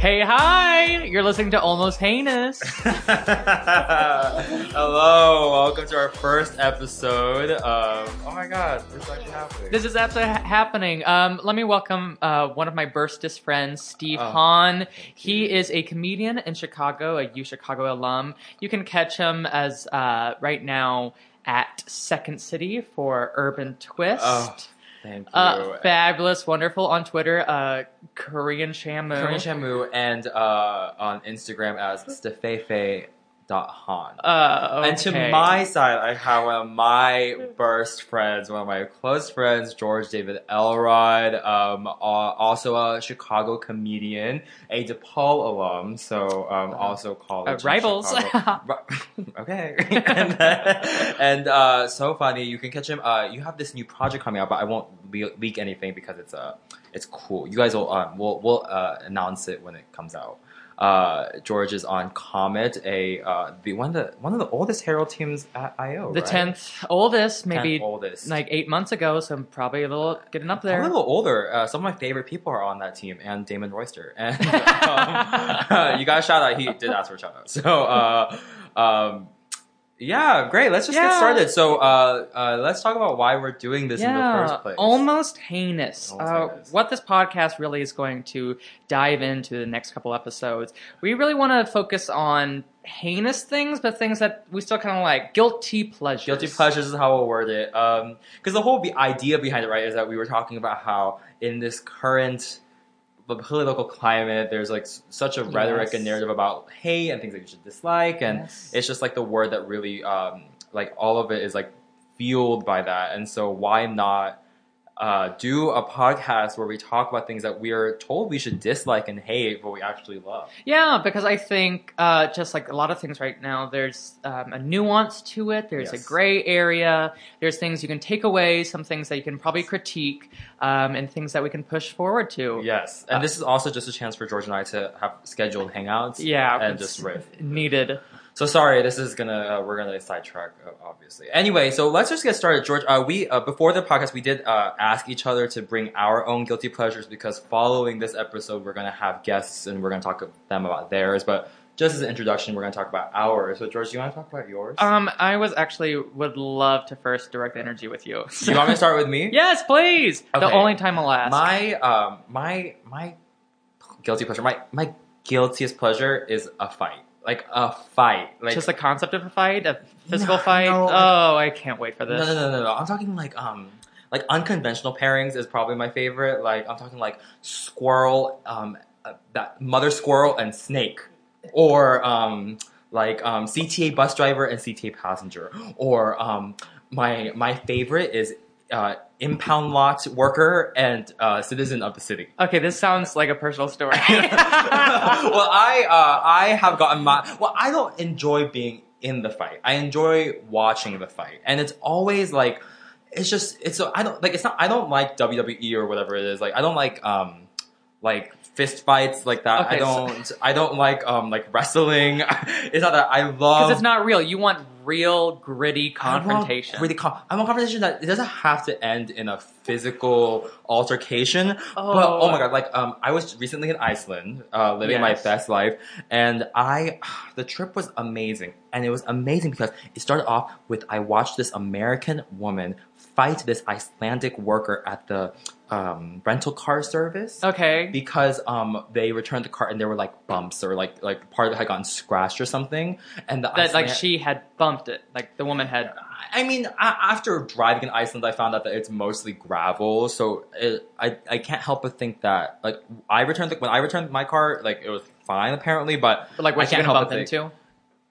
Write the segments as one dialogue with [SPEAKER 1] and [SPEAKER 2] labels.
[SPEAKER 1] hi. You're listening to Almost Heinous.
[SPEAKER 2] Hello, welcome to our first episode of. Oh my god, this is actually happening.
[SPEAKER 1] This is absolutely ha- happening. Um, let me welcome uh, one of my Burstis friends, Steve
[SPEAKER 2] Oh,
[SPEAKER 1] Hahn. He is a comedian in Chicago, a U Chicago alum. You can catch him as uh, right now at Second City for Urban Twist.
[SPEAKER 2] Oh, Thank you.
[SPEAKER 1] Uh, fabulous, wonderful on Twitter, uh, Korean Shamu.
[SPEAKER 2] Corinne Shamu and uh, on Instagram as stefefe.han.
[SPEAKER 1] Uh,
[SPEAKER 2] And to
[SPEAKER 1] okay.
[SPEAKER 2] my side, I have one of my best friends, one of my close friends, George David Elrod, um, al- also a Chicago comedian, a DePaul alum, so um,
[SPEAKER 1] Wow.
[SPEAKER 2] also college.
[SPEAKER 1] uh,
[SPEAKER 2] in
[SPEAKER 1] rivals.
[SPEAKER 2] Chicago. Ri- okay. and and, uh, so funny, you can catch him. Uh, you have this new project coming out, but I won't le- leak anything because it's uh, it's cool. You guys will um, we'll, we'll uh, announce it when it comes out. Uh, George is on Comet, a uh, the one of the one of the oldest Herald teams at IO.
[SPEAKER 1] the
[SPEAKER 2] Oh, right?
[SPEAKER 1] tenth oldest,
[SPEAKER 2] Tenth
[SPEAKER 1] maybe
[SPEAKER 2] oldest.
[SPEAKER 1] like eight months ago, so I'm probably a little getting up
[SPEAKER 2] I'm a
[SPEAKER 1] there.
[SPEAKER 2] little older. Uh, some of my favorite people are on that team, and Damon Royster. And um, you got a shout out. He did ask for a shout out. So, uh, um, yeah, great. Let's just
[SPEAKER 1] Yeah.
[SPEAKER 2] get started. So, uh, uh, let's talk about why we're doing this in the first place.
[SPEAKER 1] almost heinous.
[SPEAKER 2] Almost
[SPEAKER 1] uh,
[SPEAKER 2] heinous.
[SPEAKER 1] What this podcast really is going to dive into the next couple episodes. We really want to focus on heinous things, but things that we still kind of like guilty pleasures.
[SPEAKER 2] Guilty pleasures is how we'll word it. Because the whole be- idea behind it, right, is that we were talking about how in this current the political climate, there's like s- such a rhetoric
[SPEAKER 1] Yes.
[SPEAKER 2] and narrative about hate and things that you should dislike, and
[SPEAKER 1] Yes.
[SPEAKER 2] it's just like the word that really, um, like all of it is like fueled by that. And so, why not uh, do a podcast where we talk about things that we are told we should dislike and hate, but we actually love?
[SPEAKER 1] Yeah, because I think uh, just like a lot of things right now, there's um, a nuance to it. There's
[SPEAKER 2] Yes.
[SPEAKER 1] a gray area. There's things you can take away, some things that you can probably critique, um, and things that we can push forward to.
[SPEAKER 2] Yes, and this is also just a chance for George and I to have scheduled hangouts.
[SPEAKER 1] Yeah,
[SPEAKER 2] and
[SPEAKER 1] it's
[SPEAKER 2] just riff.
[SPEAKER 1] needed.
[SPEAKER 2] So sorry, this is gonna uh, we're gonna sidetrack uh, obviously. Anyway, so let's just get started, George. Uh, we uh, before the podcast we did uh, ask each other to bring our own guilty pleasures because following this episode we're gonna have guests and we're gonna talk to them about theirs. But just as an introduction, we're gonna talk about ours. So George, do you want to talk about yours?
[SPEAKER 1] Um, I was actually would love to first direct the energy with you.
[SPEAKER 2] you want me to start with me?
[SPEAKER 1] yes, please. The
[SPEAKER 2] Okay.
[SPEAKER 1] only time I'll ask.
[SPEAKER 2] My um my my guilty pleasure my my guiltiest pleasure is a fight like a fight like
[SPEAKER 1] just the concept of a fight, a physical
[SPEAKER 2] No,
[SPEAKER 1] fight.
[SPEAKER 2] no,
[SPEAKER 1] oh, I can't wait for this.
[SPEAKER 2] No, no, no, no, no. I'm talking like um like unconventional pairings is probably my favorite. Like I'm talking like squirrel um uh, that mother squirrel and snake or um like um CTA bus driver and CTA passenger or um my my favorite is uh impound lot worker and uh citizen of the city.
[SPEAKER 1] Okay, this sounds like a personal story.
[SPEAKER 2] well, I uh, I have gotten my well. I don't enjoy being in the fight. I enjoy watching the fight, and it's always like it's just it's so I don't like it's not I don't like WWE or whatever it is. Like I don't like um like fist fights like that.
[SPEAKER 1] Okay,
[SPEAKER 2] I
[SPEAKER 1] so-
[SPEAKER 2] don't I don't like um like wrestling. it's not that I
[SPEAKER 1] Because
[SPEAKER 2] love
[SPEAKER 1] it's not real. You want real, gritty
[SPEAKER 2] I want
[SPEAKER 1] confrontation.
[SPEAKER 2] Really, con- I want confrontation that it doesn't have to end in a physical altercation. But
[SPEAKER 1] Oh.
[SPEAKER 2] oh my god, like um, I was recently in Iceland, uh,
[SPEAKER 1] Yes.
[SPEAKER 2] living my best life, and I the trip was amazing, and it was amazing because it started off with I watched this American woman fight this Icelandic worker at the um, rental car service
[SPEAKER 1] okay.
[SPEAKER 2] because um they returned the car and there were like bumps or like like part of it had gotten scratched or something and the
[SPEAKER 1] that like
[SPEAKER 2] Icelan-
[SPEAKER 1] she had bumped it. Like the woman had.
[SPEAKER 2] I mean, I, after driving in Iceland, I found out that it's mostly gravel, so it, I I can't help but think that like I returned the, when I returned my car, like it was fine apparently, but
[SPEAKER 1] But like,
[SPEAKER 2] I
[SPEAKER 1] was she
[SPEAKER 2] can't
[SPEAKER 1] gonna
[SPEAKER 2] help
[SPEAKER 1] bump
[SPEAKER 2] but think-
[SPEAKER 1] into?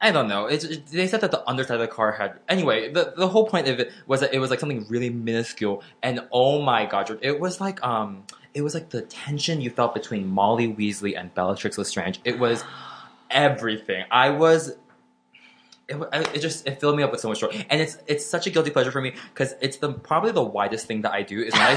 [SPEAKER 2] I don't know. It's, it- they said that the underside of the car had anyway. The the whole point of it was that it was like something really minuscule, and oh my god, George, it was like um, it was like the tension you felt between Molly Weasley and Bellatrix Lestrange. It was everything. I was. It, wa- I- it just it filled me up with so much joy, and it's it's such a guilty pleasure for me because it's the probably the widest thing that I do is when I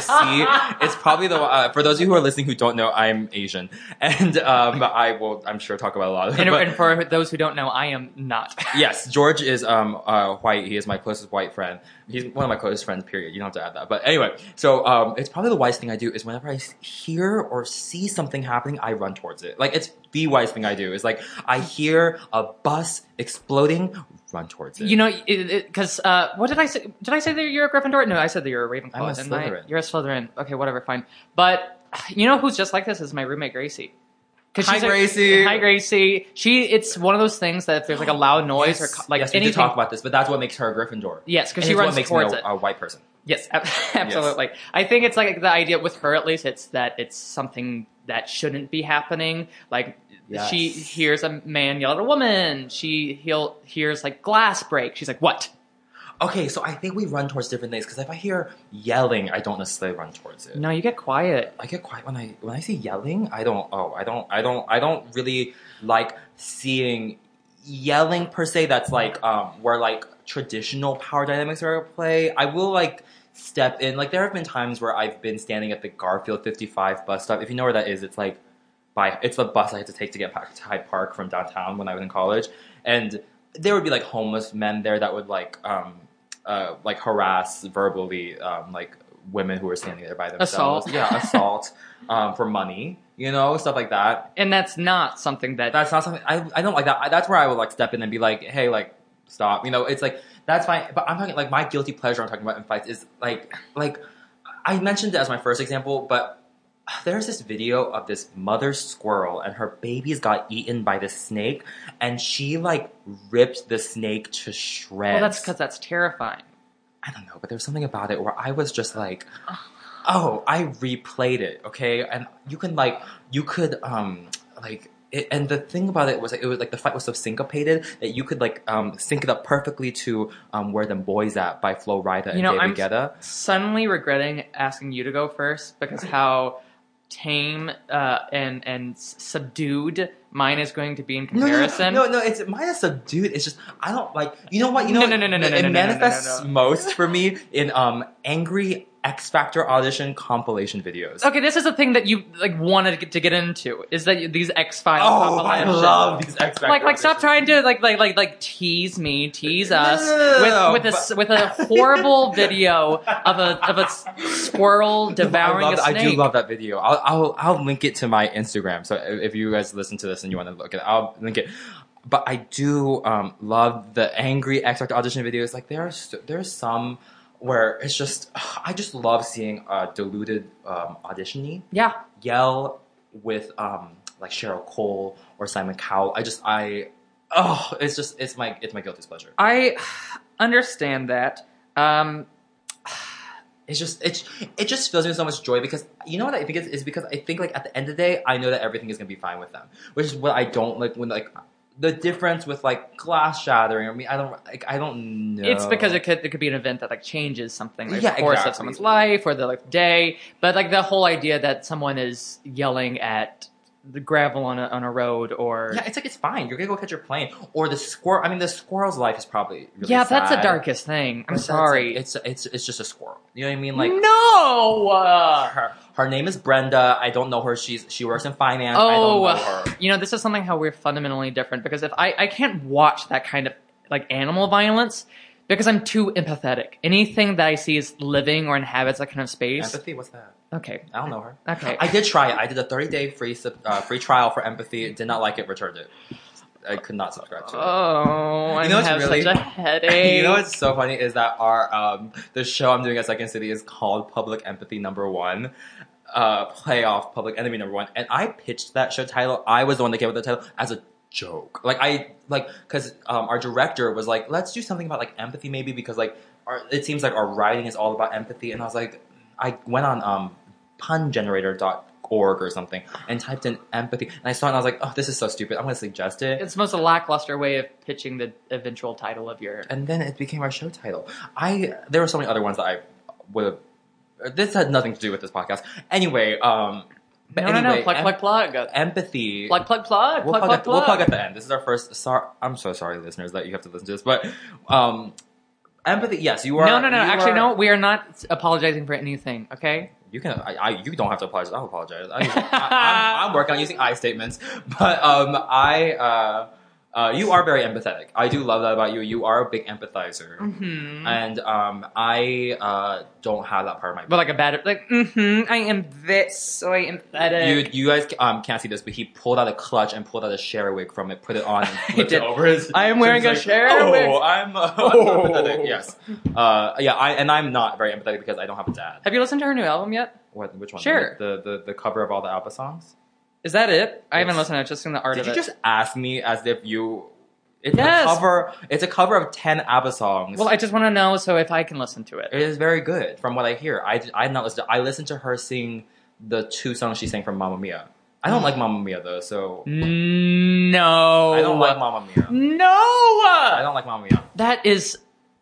[SPEAKER 2] see it's probably the uh, for those of you who are listening who don't know I'm Asian, and um, I will I'm sure talk about a lot of it.
[SPEAKER 1] And,
[SPEAKER 2] but-
[SPEAKER 1] and for those who don't know, I am not.
[SPEAKER 2] Yes, George is um uh, white. He is my closest white friend. He's one of my closest friends. Period. You don't have to add that. But anyway, so um, it's probably the wisest thing I do is whenever I s- hear or see something happening, I run towards it. Like it's the wise thing I do. Is like I hear a bus exploding, run towards it.
[SPEAKER 1] You know, because uh, what did I say? Did I say that you're a Gryffindor? No, I said that you're a Ravenclaw.
[SPEAKER 2] I'm a
[SPEAKER 1] didn't I?
[SPEAKER 2] Slytherin.
[SPEAKER 1] You're a Slytherin. Okay, whatever, fine. But you know who's just like this is my roommate Gracie. 'Cause
[SPEAKER 2] Hi,
[SPEAKER 1] she's a-
[SPEAKER 2] Gracie.
[SPEAKER 1] hi Gracie. She. It's one of those things that if there's like a loud noise or co- like
[SPEAKER 2] yes, we
[SPEAKER 1] anything.
[SPEAKER 2] did talk about this, but that's what makes her a Gryffindor.
[SPEAKER 1] yes, because
[SPEAKER 2] And
[SPEAKER 1] she
[SPEAKER 2] it's what
[SPEAKER 1] runs
[SPEAKER 2] makes
[SPEAKER 1] towards
[SPEAKER 2] me
[SPEAKER 1] it.
[SPEAKER 2] a, a white person.
[SPEAKER 1] Yes, ab- absolutely. I think it's like the idea with her at least. It's that it's something that shouldn't be happening. Like
[SPEAKER 2] Yes.
[SPEAKER 1] she hears a man yell at a woman. She he'll, hears like glass break. She's like, "What?"
[SPEAKER 2] Okay, so I think we run towards different things because if I hear yelling, I don't necessarily run towards it.
[SPEAKER 1] No, you get quiet.
[SPEAKER 2] I get quiet when I when I see yelling. I don't. Oh, I don't. I don't. I don't really like seeing yelling per se. That's like um where like traditional power dynamics are at play. I will like step in. Like there have been times where I've been standing at the Garfield fifty five bus stop. If you know where that is, it's like by it's the bus I had to take to get back to Hyde Park from downtown when I was in college, and there would be like homeless men there that would like um uh like harass verbally um like women who were standing there by themselves.
[SPEAKER 1] Assault.
[SPEAKER 2] Yeah, assault um for money, you know, stuff like that.
[SPEAKER 1] And that's not something that
[SPEAKER 2] That's not something I I don't like that. I, that's where I would like step in and be like, hey, like stop. You know, it's like that's fine. But I'm talking like my guilty pleasure. I'm talking about in fights is like like I mentioned it as my first example, but. There's this video of this mother squirrel and her babies got eaten by the snake, and she like ripped the snake to shreds.
[SPEAKER 1] well, that's because that's terrifying.
[SPEAKER 2] I don't know, but there was something about it where I was just like, oh, I replayed it, okay? And you can like, you could um like. It, and the thing about it was like, it was like the fight was so syncopated that you could like um, sync it up perfectly to um, where them boys at by Flo Rida and
[SPEAKER 1] You know,
[SPEAKER 2] David
[SPEAKER 1] I'm-
[SPEAKER 2] Guetta.
[SPEAKER 1] Suddenly regretting asking you to go first because how tame uh, and and s- subdued mine is going to be in
[SPEAKER 2] No, no,
[SPEAKER 1] comparison.
[SPEAKER 2] No, no, no, it's mine is subdued. It's just I don't like you know what you know.
[SPEAKER 1] No,
[SPEAKER 2] what?
[SPEAKER 1] no, no, no, no,
[SPEAKER 2] It
[SPEAKER 1] no, no, no, no, no,
[SPEAKER 2] manifests
[SPEAKER 1] no.
[SPEAKER 2] most for me in um angry X Factor audition compilation videos.
[SPEAKER 1] Okay, this is a thing that you like wanted to get, to get into is that you- these X Files.
[SPEAKER 2] Oh, I love these X Factor.
[SPEAKER 1] Like, like, stop
[SPEAKER 2] auditions.
[SPEAKER 1] trying to like, like, like, like tease me, tease
[SPEAKER 2] No, no,
[SPEAKER 1] us
[SPEAKER 2] no, no, no,
[SPEAKER 1] with with a
[SPEAKER 2] but-
[SPEAKER 1] s- with a horrible video of a of a s- squirrel devouring
[SPEAKER 2] I love,
[SPEAKER 1] a snake.
[SPEAKER 2] I do love that video. I'll, I'll I'll link it to my Instagram. So if if you guys listen to this and you want to look at it, I'll link it. But I do um, love the angry X Factor audition videos. Like there are so, there's some where it's just I just love seeing a diluted um, auditionee
[SPEAKER 1] yeah,
[SPEAKER 2] yell with um, like Cheryl Cole or Simon Cowell. I just I oh it's just it's my it's my guilty pleasure.
[SPEAKER 1] I understand that. Um,
[SPEAKER 2] It's just it's it just fills me with so much joy because you know what I think is, is because I think like at the end of the day I know that everything is gonna be fine with them, which is what I don't like when like the difference with like glass shattering. I mean I don't like I don't know.
[SPEAKER 1] It's because it could it could be an event that like changes something, like
[SPEAKER 2] Yeah,
[SPEAKER 1] the course
[SPEAKER 2] exactly.
[SPEAKER 1] of someone's life or the like day. But like the whole idea that someone is yelling at the gravel on a on a road or
[SPEAKER 2] yeah, it's like it's fine. You're gonna go catch your plane or the squirrel. I mean the squirrel's life is probably really
[SPEAKER 1] Yeah, that's the
[SPEAKER 2] sad,
[SPEAKER 1] darkest thing. I'm
[SPEAKER 2] but that's,
[SPEAKER 1] sorry.
[SPEAKER 2] like, it's it's it's just a squirrel. You know what I mean? Like
[SPEAKER 1] no.
[SPEAKER 2] uh, her
[SPEAKER 1] Mm-hmm.
[SPEAKER 2] her name is Brenda. I don't know her. She's she works in finance. I don't know
[SPEAKER 1] oh,
[SPEAKER 2] her.
[SPEAKER 1] you know this is something how we're fundamentally different because if I I can't watch that kind of like animal violence because I'm too empathetic. Anything that I see is living or inhabits that kind of space.
[SPEAKER 2] Empathy, what's that?
[SPEAKER 1] okay.
[SPEAKER 2] I don't know her.
[SPEAKER 1] Okay.
[SPEAKER 2] I did try it. I did a 30 day free sub- uh, free trial for empathy. Did not like it. Returned it. I could not subscribe to it.
[SPEAKER 1] Oh, I
[SPEAKER 2] You know what's
[SPEAKER 1] have
[SPEAKER 2] really-
[SPEAKER 1] such a headache.
[SPEAKER 2] You know what's so funny is that our um, the show I'm doing at Second City is called Public Empathy Number One, uh, playoff Public Enemy Number One, and I pitched that show title. I was the one that came up with the title as a joke. Like I like because um, our director was like, let's do something about like empathy maybe because like our, it seems like our writing is all about empathy, and I was like, I went on um, pungenerator.org or something and typed in empathy, and I saw it and I was like, oh, this is so stupid. I'm gonna suggest it.
[SPEAKER 1] It's the most lackluster way of pitching the eventual title of your.
[SPEAKER 2] and then it became our show title. I there were so many other ones that I would have. This had nothing to do with this podcast. Anyway, um, but
[SPEAKER 1] no,
[SPEAKER 2] anyway,
[SPEAKER 1] no, no, plug,
[SPEAKER 2] em-
[SPEAKER 1] plug, plug, plug,
[SPEAKER 2] empathy.
[SPEAKER 1] plug, plug, plug,
[SPEAKER 2] We'll
[SPEAKER 1] plug,
[SPEAKER 2] plug,
[SPEAKER 1] plug,
[SPEAKER 2] at, we'll plug at the end. This is our first. Sorry, I'm so sorry, listeners, that you have to listen to this. But um, empathy. Yes, you are.
[SPEAKER 1] No, no, no.
[SPEAKER 2] you
[SPEAKER 1] Actually,
[SPEAKER 2] are-
[SPEAKER 1] no. We are not apologizing for anything. Okay.
[SPEAKER 2] You can. I, I. You don't have to apologize. I'll apologize. I, I, am I'm working on using I statements, but um, I. Uh, Uh, you are very empathetic. I do love that about you. You are a big empathizer,
[SPEAKER 1] Mm-hmm.
[SPEAKER 2] and um, I uh, don't have that part of my.
[SPEAKER 1] but like a bad, like, mm-hmm, I am this, so I am
[SPEAKER 2] You,
[SPEAKER 1] pathetic.
[SPEAKER 2] you guys um, can't see this, but he pulled out a clutch and pulled out a share wig from it, put it on, and
[SPEAKER 1] He
[SPEAKER 2] flipped
[SPEAKER 1] did.
[SPEAKER 2] it over his.
[SPEAKER 1] I am
[SPEAKER 2] so
[SPEAKER 1] wearing
[SPEAKER 2] he's
[SPEAKER 1] a share
[SPEAKER 2] oh,
[SPEAKER 1] wig."
[SPEAKER 2] I'm, uh,
[SPEAKER 1] Oh.
[SPEAKER 2] I'm empathetic. Yes. Uh, yeah, I, and I'm not very empathetic because I don't have a dad.
[SPEAKER 1] Have you listened to her new album yet?
[SPEAKER 2] What, which one?
[SPEAKER 1] Sure.
[SPEAKER 2] The, the, the cover of all the ABBA songs?
[SPEAKER 1] Is that it? I haven't
[SPEAKER 2] Yes.
[SPEAKER 1] listened. I've just seen the art
[SPEAKER 2] Did
[SPEAKER 1] of
[SPEAKER 2] you
[SPEAKER 1] it.
[SPEAKER 2] just ask me as if you? It's
[SPEAKER 1] Yes.
[SPEAKER 2] a cover. It's a cover of ten ABBA songs.
[SPEAKER 1] well, I just want to know so if I can listen to it.
[SPEAKER 2] it is very good from what I hear. I I not listened. I listened to her sing the two songs she sang from Mamma Mia. I don't like Mamma Mia though, so
[SPEAKER 1] No,
[SPEAKER 2] I don't like Mamma Mia.
[SPEAKER 1] No,
[SPEAKER 2] I don't like Mamma Mia.
[SPEAKER 1] that is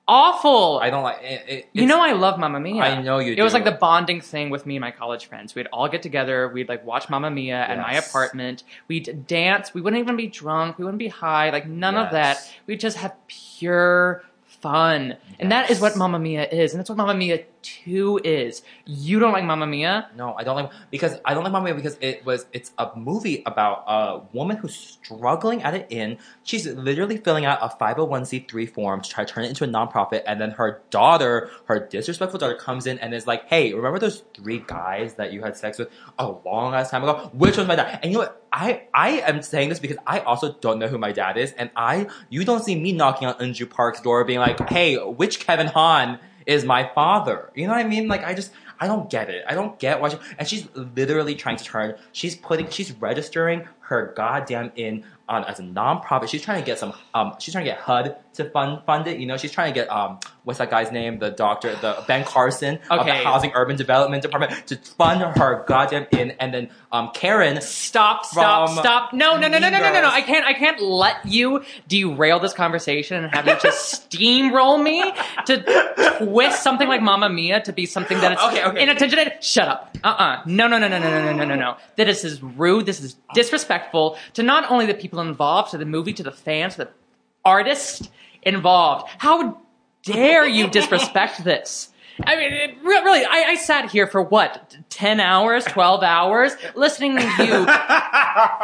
[SPEAKER 1] awful.
[SPEAKER 2] I don't like. It, it,
[SPEAKER 1] you
[SPEAKER 2] it's-
[SPEAKER 1] know, I love Mamma Mia.
[SPEAKER 2] I know you.
[SPEAKER 1] It was
[SPEAKER 2] do.
[SPEAKER 1] like the bonding thing with me and my college friends. We'd all get together. We'd like watch Mamma Mia at my
[SPEAKER 2] Yes.
[SPEAKER 1] apartment. We'd dance. We wouldn't even be drunk. We wouldn't be high. Like none of that.
[SPEAKER 2] Yes.
[SPEAKER 1] We'd just have pure fun. And that is
[SPEAKER 2] Yes.
[SPEAKER 1] what Mamma Mia is. And that's what Mamma Mia 2 is. You don't like Mamma Mia?
[SPEAKER 2] No, I don't like because I don't like Mamma Mia because it was it's a movie about a woman who's struggling at an inn. She's literally filling out a 501c3 form to try to turn it into a nonprofit, and then her daughter, her disrespectful daughter, comes in and is like, "Hey, remember those three guys that you had sex with a long ass time ago? Which one's my dad?" And you know what? I I am saying this because I also don't know who my dad is, and I you don't see me knocking on Unju Park's door being like, "Hey, which Kevin Hahn?" is my father. You know what I mean? Like I just I don't get it. I don't get why she and she's literally trying to turn she's putting she's registering her goddamn inn on as a nonprofit. She's trying to get some um she's trying to get HUD to fund fund it, you know, she's trying to get um what's that guy's name? The doctor, the Ben Carson of the
[SPEAKER 1] Okay.
[SPEAKER 2] Housing Urban Development Department to fund her goddamn inn and then um Karen
[SPEAKER 1] Stop, stop,
[SPEAKER 2] From
[SPEAKER 1] stop. No, no, no, no, no, no, no, no.
[SPEAKER 2] Needles.
[SPEAKER 1] I can't I can't let you derail this conversation and have you just steamroll me to twist something like Mamma Mia to be something that it's
[SPEAKER 2] Okay, okay.
[SPEAKER 1] inattention. Shut up. Uh-uh. No, no, no, no, no, no, no, no, no, no. That this is rude, this is disrespectful to not only the people involved, to the movie, to the fans, to the artist involved. How dare you disrespect this? I mean, it, re- really, I, I sat here for what, 10 hours, 12 hours, listening to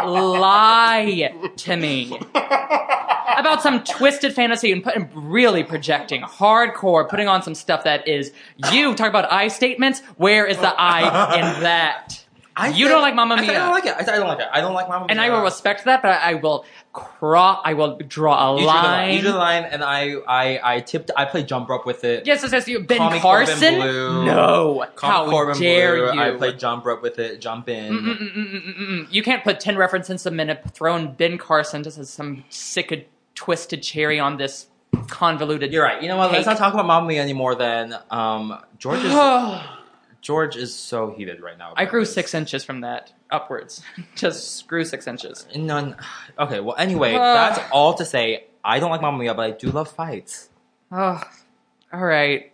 [SPEAKER 1] you lie to me about some twisted fantasy and, put, and really projecting hardcore, putting on some stuff that is, you talk about I statements, where is the I in that?
[SPEAKER 2] I
[SPEAKER 1] you
[SPEAKER 2] said-
[SPEAKER 1] don't like Mamma
[SPEAKER 2] I said I
[SPEAKER 1] Mia.
[SPEAKER 2] don't like it. I said I don't like it. I don't like Mamma
[SPEAKER 1] and
[SPEAKER 2] Mia.
[SPEAKER 1] I will respect that, but I, I will craw, I will draw a
[SPEAKER 2] You drew the
[SPEAKER 1] line.
[SPEAKER 2] You drew the line, and I, I, I tipped. I played jump rope with it.
[SPEAKER 1] Yes, yes, yes. You Ben
[SPEAKER 2] Call me Corbin
[SPEAKER 1] Carson.
[SPEAKER 2] Blue.
[SPEAKER 1] No,
[SPEAKER 2] Call
[SPEAKER 1] how
[SPEAKER 2] me Corbin
[SPEAKER 1] dare
[SPEAKER 2] Blue.
[SPEAKER 1] you?
[SPEAKER 2] I played jump rope with it. Jump in.
[SPEAKER 1] Mm-mm-mm-mm-mm. You can't put ten references a minute. Throw in Ben Carson just as some sick, twisted cherry on this convoluted.
[SPEAKER 2] You're right. You know what? Let's
[SPEAKER 1] Cake.
[SPEAKER 2] not talk about Mamma Mia anymore. Then um, George is
[SPEAKER 1] I
[SPEAKER 2] George is so heated right now. about
[SPEAKER 1] grew
[SPEAKER 2] this.
[SPEAKER 1] six inches from that upwards. just grew six inches.
[SPEAKER 2] None. Okay. Well, anyway,
[SPEAKER 1] Ugh.
[SPEAKER 2] that's all to say. I don't like Mamma Mia, but I do love fights.
[SPEAKER 1] Oh, all right.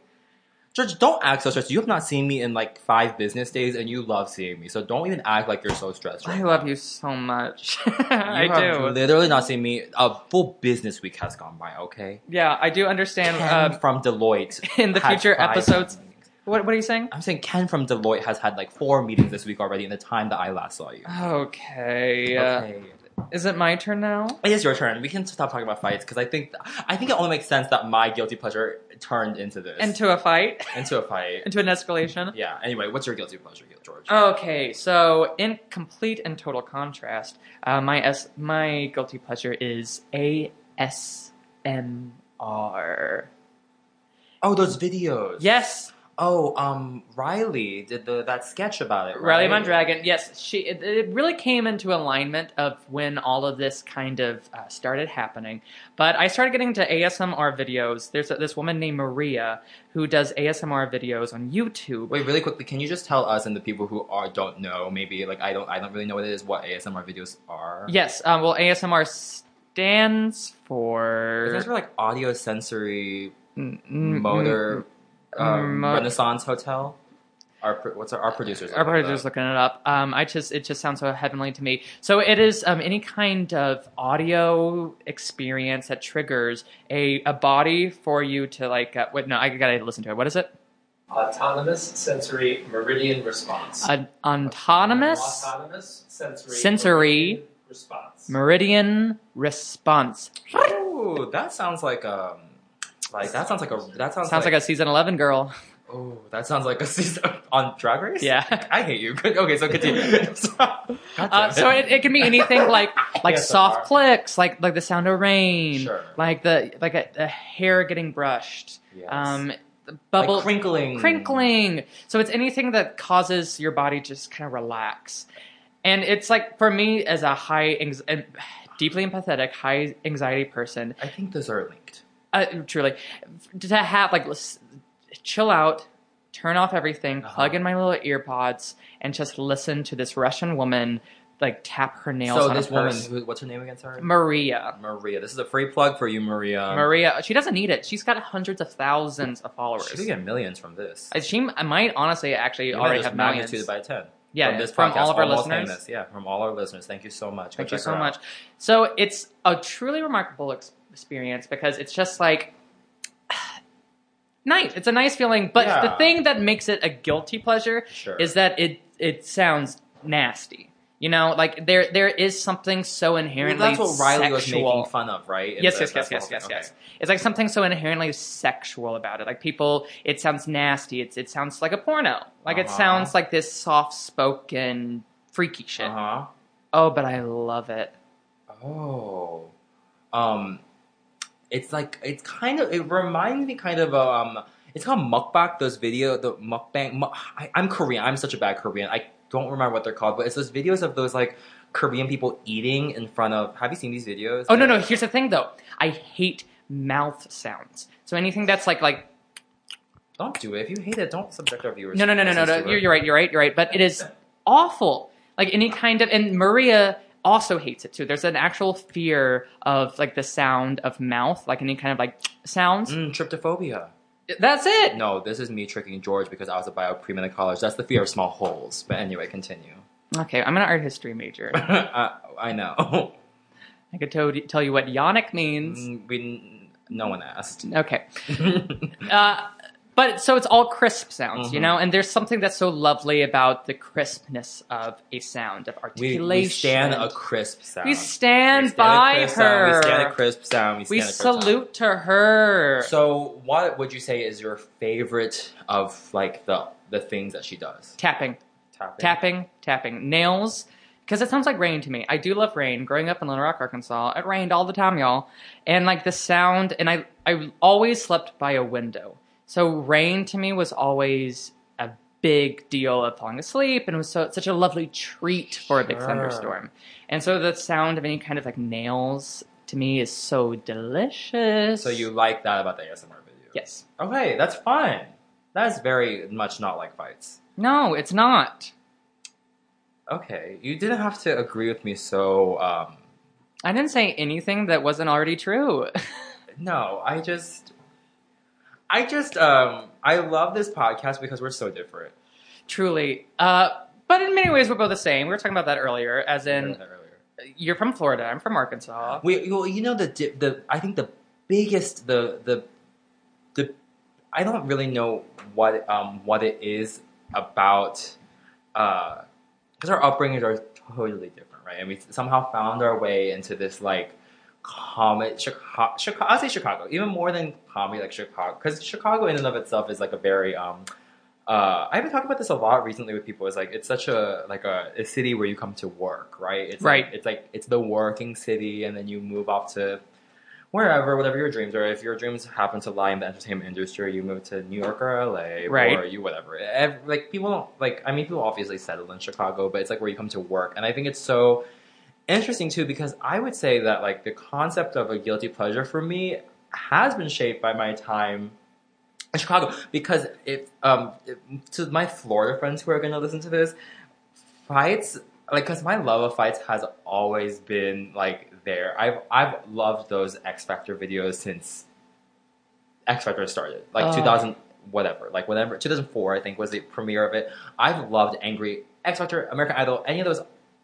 [SPEAKER 2] George, don't act so stressed. You have not seen me in like five business days, and you love seeing me. So don't even act like you're so stressed.
[SPEAKER 1] I
[SPEAKER 2] Right?
[SPEAKER 1] love you so much.
[SPEAKER 2] now.
[SPEAKER 1] I
[SPEAKER 2] You have
[SPEAKER 1] do.
[SPEAKER 2] Literally not seen me. A full business week has gone by. Okay.
[SPEAKER 1] Yeah, I do understand.
[SPEAKER 2] Ken
[SPEAKER 1] Uh,
[SPEAKER 2] from Deloitte
[SPEAKER 1] in the
[SPEAKER 2] had
[SPEAKER 1] future
[SPEAKER 2] five
[SPEAKER 1] episodes-
[SPEAKER 2] meetings.
[SPEAKER 1] what What are you saying?
[SPEAKER 2] I'm saying Ken from Deloitte has had like four meetings this week already in the time that I last saw you.
[SPEAKER 1] Okay. Uh,
[SPEAKER 2] Okay.
[SPEAKER 1] is it my turn now?
[SPEAKER 2] It is your turn. We can stop talking about fights because I think I think it only makes sense that my guilty pleasure turned into this
[SPEAKER 1] Into a fight?
[SPEAKER 2] into a fight.
[SPEAKER 1] Into an escalation?
[SPEAKER 2] Yeah. Anyway, what's your guilty pleasure, Gil- George?
[SPEAKER 1] Oh. Okay, so in complete and total contrast, uh, my S- my guilty pleasure is ASMR.
[SPEAKER 2] oh, those videos.
[SPEAKER 1] Yes,
[SPEAKER 2] Oh, um, Riley did the that sketch about it. Right?
[SPEAKER 1] Riley Mondragon. Yes, she. It, it really came into alignment of when all of this kind of uh, started happening. But I started getting into ASMR videos. There's a, this woman named Maria who does ASMR videos on YouTube.
[SPEAKER 2] Wait, really quickly, can you just tell us and the people who are don't know maybe like I don't I don't really know what it is what ASMR videos are.
[SPEAKER 1] Yes, um, well, ASMR stands for.
[SPEAKER 2] Is that for like audio sensory
[SPEAKER 1] Mm, mm,
[SPEAKER 2] motor um,
[SPEAKER 1] mo-
[SPEAKER 2] Renaissance Hotel? Our pro- what's our, our producers?
[SPEAKER 1] Mm-hmm. Our producer's looking it up. Um, I just it just sounds so heavenly to me. So it is um, any kind of audio experience that triggers a, a body for you to like. Uh, wait, no, I gotta listen to it. What is it?
[SPEAKER 3] Autonomous sensory meridian response.
[SPEAKER 1] An autonomous
[SPEAKER 3] Autonomous sensory
[SPEAKER 1] Sensory
[SPEAKER 3] meridian response.
[SPEAKER 1] Meridian response.
[SPEAKER 2] Ooh, that sounds like um, like that sounds like a that sounds,
[SPEAKER 1] Sounds like, a season eleven girl.
[SPEAKER 2] a oh that sounds like a season on Drag Race.
[SPEAKER 1] Yeah.
[SPEAKER 2] I hate you. Okay, so continue. God damn
[SPEAKER 1] Uh, so it, it can be anything like like
[SPEAKER 2] Yes,
[SPEAKER 1] soft
[SPEAKER 2] Omar.
[SPEAKER 1] clicks, like like the sound of rain,
[SPEAKER 2] Sure.
[SPEAKER 1] like the like a, a hair getting brushed,
[SPEAKER 2] Yes.
[SPEAKER 1] um, the
[SPEAKER 2] Like
[SPEAKER 1] bubble
[SPEAKER 2] crinkling,
[SPEAKER 1] crinkling. So it's anything that causes your body to just kind of relax. And it's like for me as a high, anx- em- deeply empathetic, high anxiety person,
[SPEAKER 2] I think those are linked.
[SPEAKER 1] uh, truly, to have like lis- chill out, turn off everything,
[SPEAKER 2] Uh-huh.
[SPEAKER 1] plug in my little ear pods, and just listen to this Russian woman like tap her nails
[SPEAKER 2] so
[SPEAKER 1] on
[SPEAKER 2] this
[SPEAKER 1] a
[SPEAKER 2] woman,
[SPEAKER 1] purse.
[SPEAKER 2] who, what's her name again? Sorry,
[SPEAKER 1] Maria.
[SPEAKER 2] Maria. This is a free plug for you, Maria.
[SPEAKER 1] Maria, she doesn't need it. She's got hundreds of thousands of
[SPEAKER 2] Um, She could
[SPEAKER 1] followers.
[SPEAKER 2] get millions from this.
[SPEAKER 1] I- She I might honestly actually
[SPEAKER 2] You know,
[SPEAKER 1] already
[SPEAKER 2] there's
[SPEAKER 1] have millions.
[SPEAKER 2] magnitude by ten.
[SPEAKER 1] yeah,
[SPEAKER 2] from, this
[SPEAKER 1] from
[SPEAKER 2] podcast,
[SPEAKER 1] all of our
[SPEAKER 2] almost
[SPEAKER 1] listeners.
[SPEAKER 2] famous. Yeah, from all our listeners. Thank you so much. Go
[SPEAKER 1] Thank you
[SPEAKER 2] check
[SPEAKER 1] so
[SPEAKER 2] her out.
[SPEAKER 1] much. So it's a truly remarkable ex- experience because it's just like nice. It's a nice feeling, but
[SPEAKER 2] Yeah.
[SPEAKER 1] the thing that makes it a guilty pleasure
[SPEAKER 2] Sure.
[SPEAKER 1] is that it it sounds nasty. You know, like there there is something so inherently
[SPEAKER 2] Well, that's what Riley was
[SPEAKER 1] sexual.
[SPEAKER 2] making fun of, right? In
[SPEAKER 1] Yes,
[SPEAKER 2] the-
[SPEAKER 1] yes, yes,
[SPEAKER 2] that's
[SPEAKER 1] yes,
[SPEAKER 2] the
[SPEAKER 1] yes,
[SPEAKER 2] whole thing.
[SPEAKER 1] yes. It's like something so inherently sexual about it. Like people, it sounds nasty. It's it sounds like a porno. Like it
[SPEAKER 2] Uh-huh.
[SPEAKER 1] sounds like this soft spoken freaky shit.
[SPEAKER 2] Okay. Uh
[SPEAKER 1] Oh, but I love it.
[SPEAKER 2] huh. Oh. Um, it's like it's kind of it reminds me kind of um. It's called mukbang. Those video the mukbang. mu- I, I'm Korean. I'm such a bad Korean. I don't remember what they're called, but it's those videos of those like Korean people eating in front of. Have you seen these videos?
[SPEAKER 1] Oh no, no. Here's the thing though. I hate mouth sounds. So anything that's like like
[SPEAKER 2] Don't do it. If you hate it, don't subject our viewers.
[SPEAKER 1] no, no, no, no,
[SPEAKER 2] to
[SPEAKER 1] no.
[SPEAKER 2] this
[SPEAKER 1] no.
[SPEAKER 2] to
[SPEAKER 1] You're,
[SPEAKER 2] it.
[SPEAKER 1] you're right. You're right. You're right. But it is awful. Like any kind of and Maria also hates it too. There's an actual fear of like the sound of mouth, like any kind of like sounds.
[SPEAKER 2] Mm, tryptophobia.
[SPEAKER 1] That's it.
[SPEAKER 2] No, this is me tricking George because I was a bio pre-med in college. That's the fear of small holes. But anyway, continue.
[SPEAKER 1] Okay, I'm an art history major.
[SPEAKER 2] I, I know.
[SPEAKER 1] I could to- tell you what yonic means.
[SPEAKER 2] Mm, We no one asked.
[SPEAKER 1] Okay. Uh, but so it's all crisp sounds, you
[SPEAKER 2] Mhm.
[SPEAKER 1] know, and there's something that's so lovely about the crispness of a sound, of
[SPEAKER 2] we,
[SPEAKER 1] articulation.
[SPEAKER 2] we stand a crisp sound.
[SPEAKER 1] We
[SPEAKER 2] We
[SPEAKER 1] stand
[SPEAKER 2] stand a
[SPEAKER 1] by
[SPEAKER 2] crisp sound.
[SPEAKER 1] her.
[SPEAKER 2] We stand a crisp sound. We,
[SPEAKER 1] We
[SPEAKER 2] stand a crisp sound.
[SPEAKER 1] salute to her.
[SPEAKER 2] So, what would you say is your favorite of like the the things that she does?
[SPEAKER 1] tapping,
[SPEAKER 2] Tapping.
[SPEAKER 1] tapping, tapping. Nails, because it sounds like rain to me. I do love rain. Growing up in Little Rock, Arkansas, it rained all the time, y'all. And like the sound, and I, I always slept by a window. So rain to me was always a big deal of falling asleep, and it was so such a lovely treat for a big
[SPEAKER 2] Sure.
[SPEAKER 1] thunderstorm. And so the sound of any kind of like nails to me is so delicious.
[SPEAKER 2] So you like that about the ASMR video?
[SPEAKER 1] yes.
[SPEAKER 2] Okay, that's fine. That's very much not like fights.
[SPEAKER 1] No, it's not.
[SPEAKER 2] Okay, you didn't have to agree with me so um,
[SPEAKER 1] I didn't say anything that wasn't already true.
[SPEAKER 2] No, I just, I just, um, I love this podcast because we're so different.
[SPEAKER 1] Truly. Uh, but in many ways, we're both the same. We were talking about that earlier, as in,
[SPEAKER 2] earlier,
[SPEAKER 1] you're from Florida, I'm from Arkansas.
[SPEAKER 2] we, well, you know, the di- the I think the biggest the the the I don't really know what um what it is about uh because our upbringings are totally different, right? And we somehow found our way into this like comedy Chicago, Chicago I'll say Chicago, even more than comedy like Chicago because Chicago in and of itself is like a very um uh, I've been talking about this a lot recently with people. It's like it's such a like a, a city where you come to work, right? It's
[SPEAKER 1] Right.
[SPEAKER 2] Like, it's like it's the working city, and then you move off to wherever, whatever your dreams are. If your dreams happen to lie in the entertainment industry, you move to New York or LA,
[SPEAKER 1] Right.
[SPEAKER 2] Or you whatever. Ev- like people don't like. I mean, people obviously settle in Chicago, but it's like where you come to work, and I think it's so interesting too because I would say that like the concept of a guilty pleasure for me has been shaped by my time in Chicago because if um if- to my Florida friends who are going to listen to this, fights like because my love of fights has always been like there. I've I've loved those X Factor videos since X Factor started, like
[SPEAKER 1] Ah.
[SPEAKER 2] 2000 whatever, like whenever 2004 I think was the premiere of it. I've loved Angry X Factor, American Idol, any of those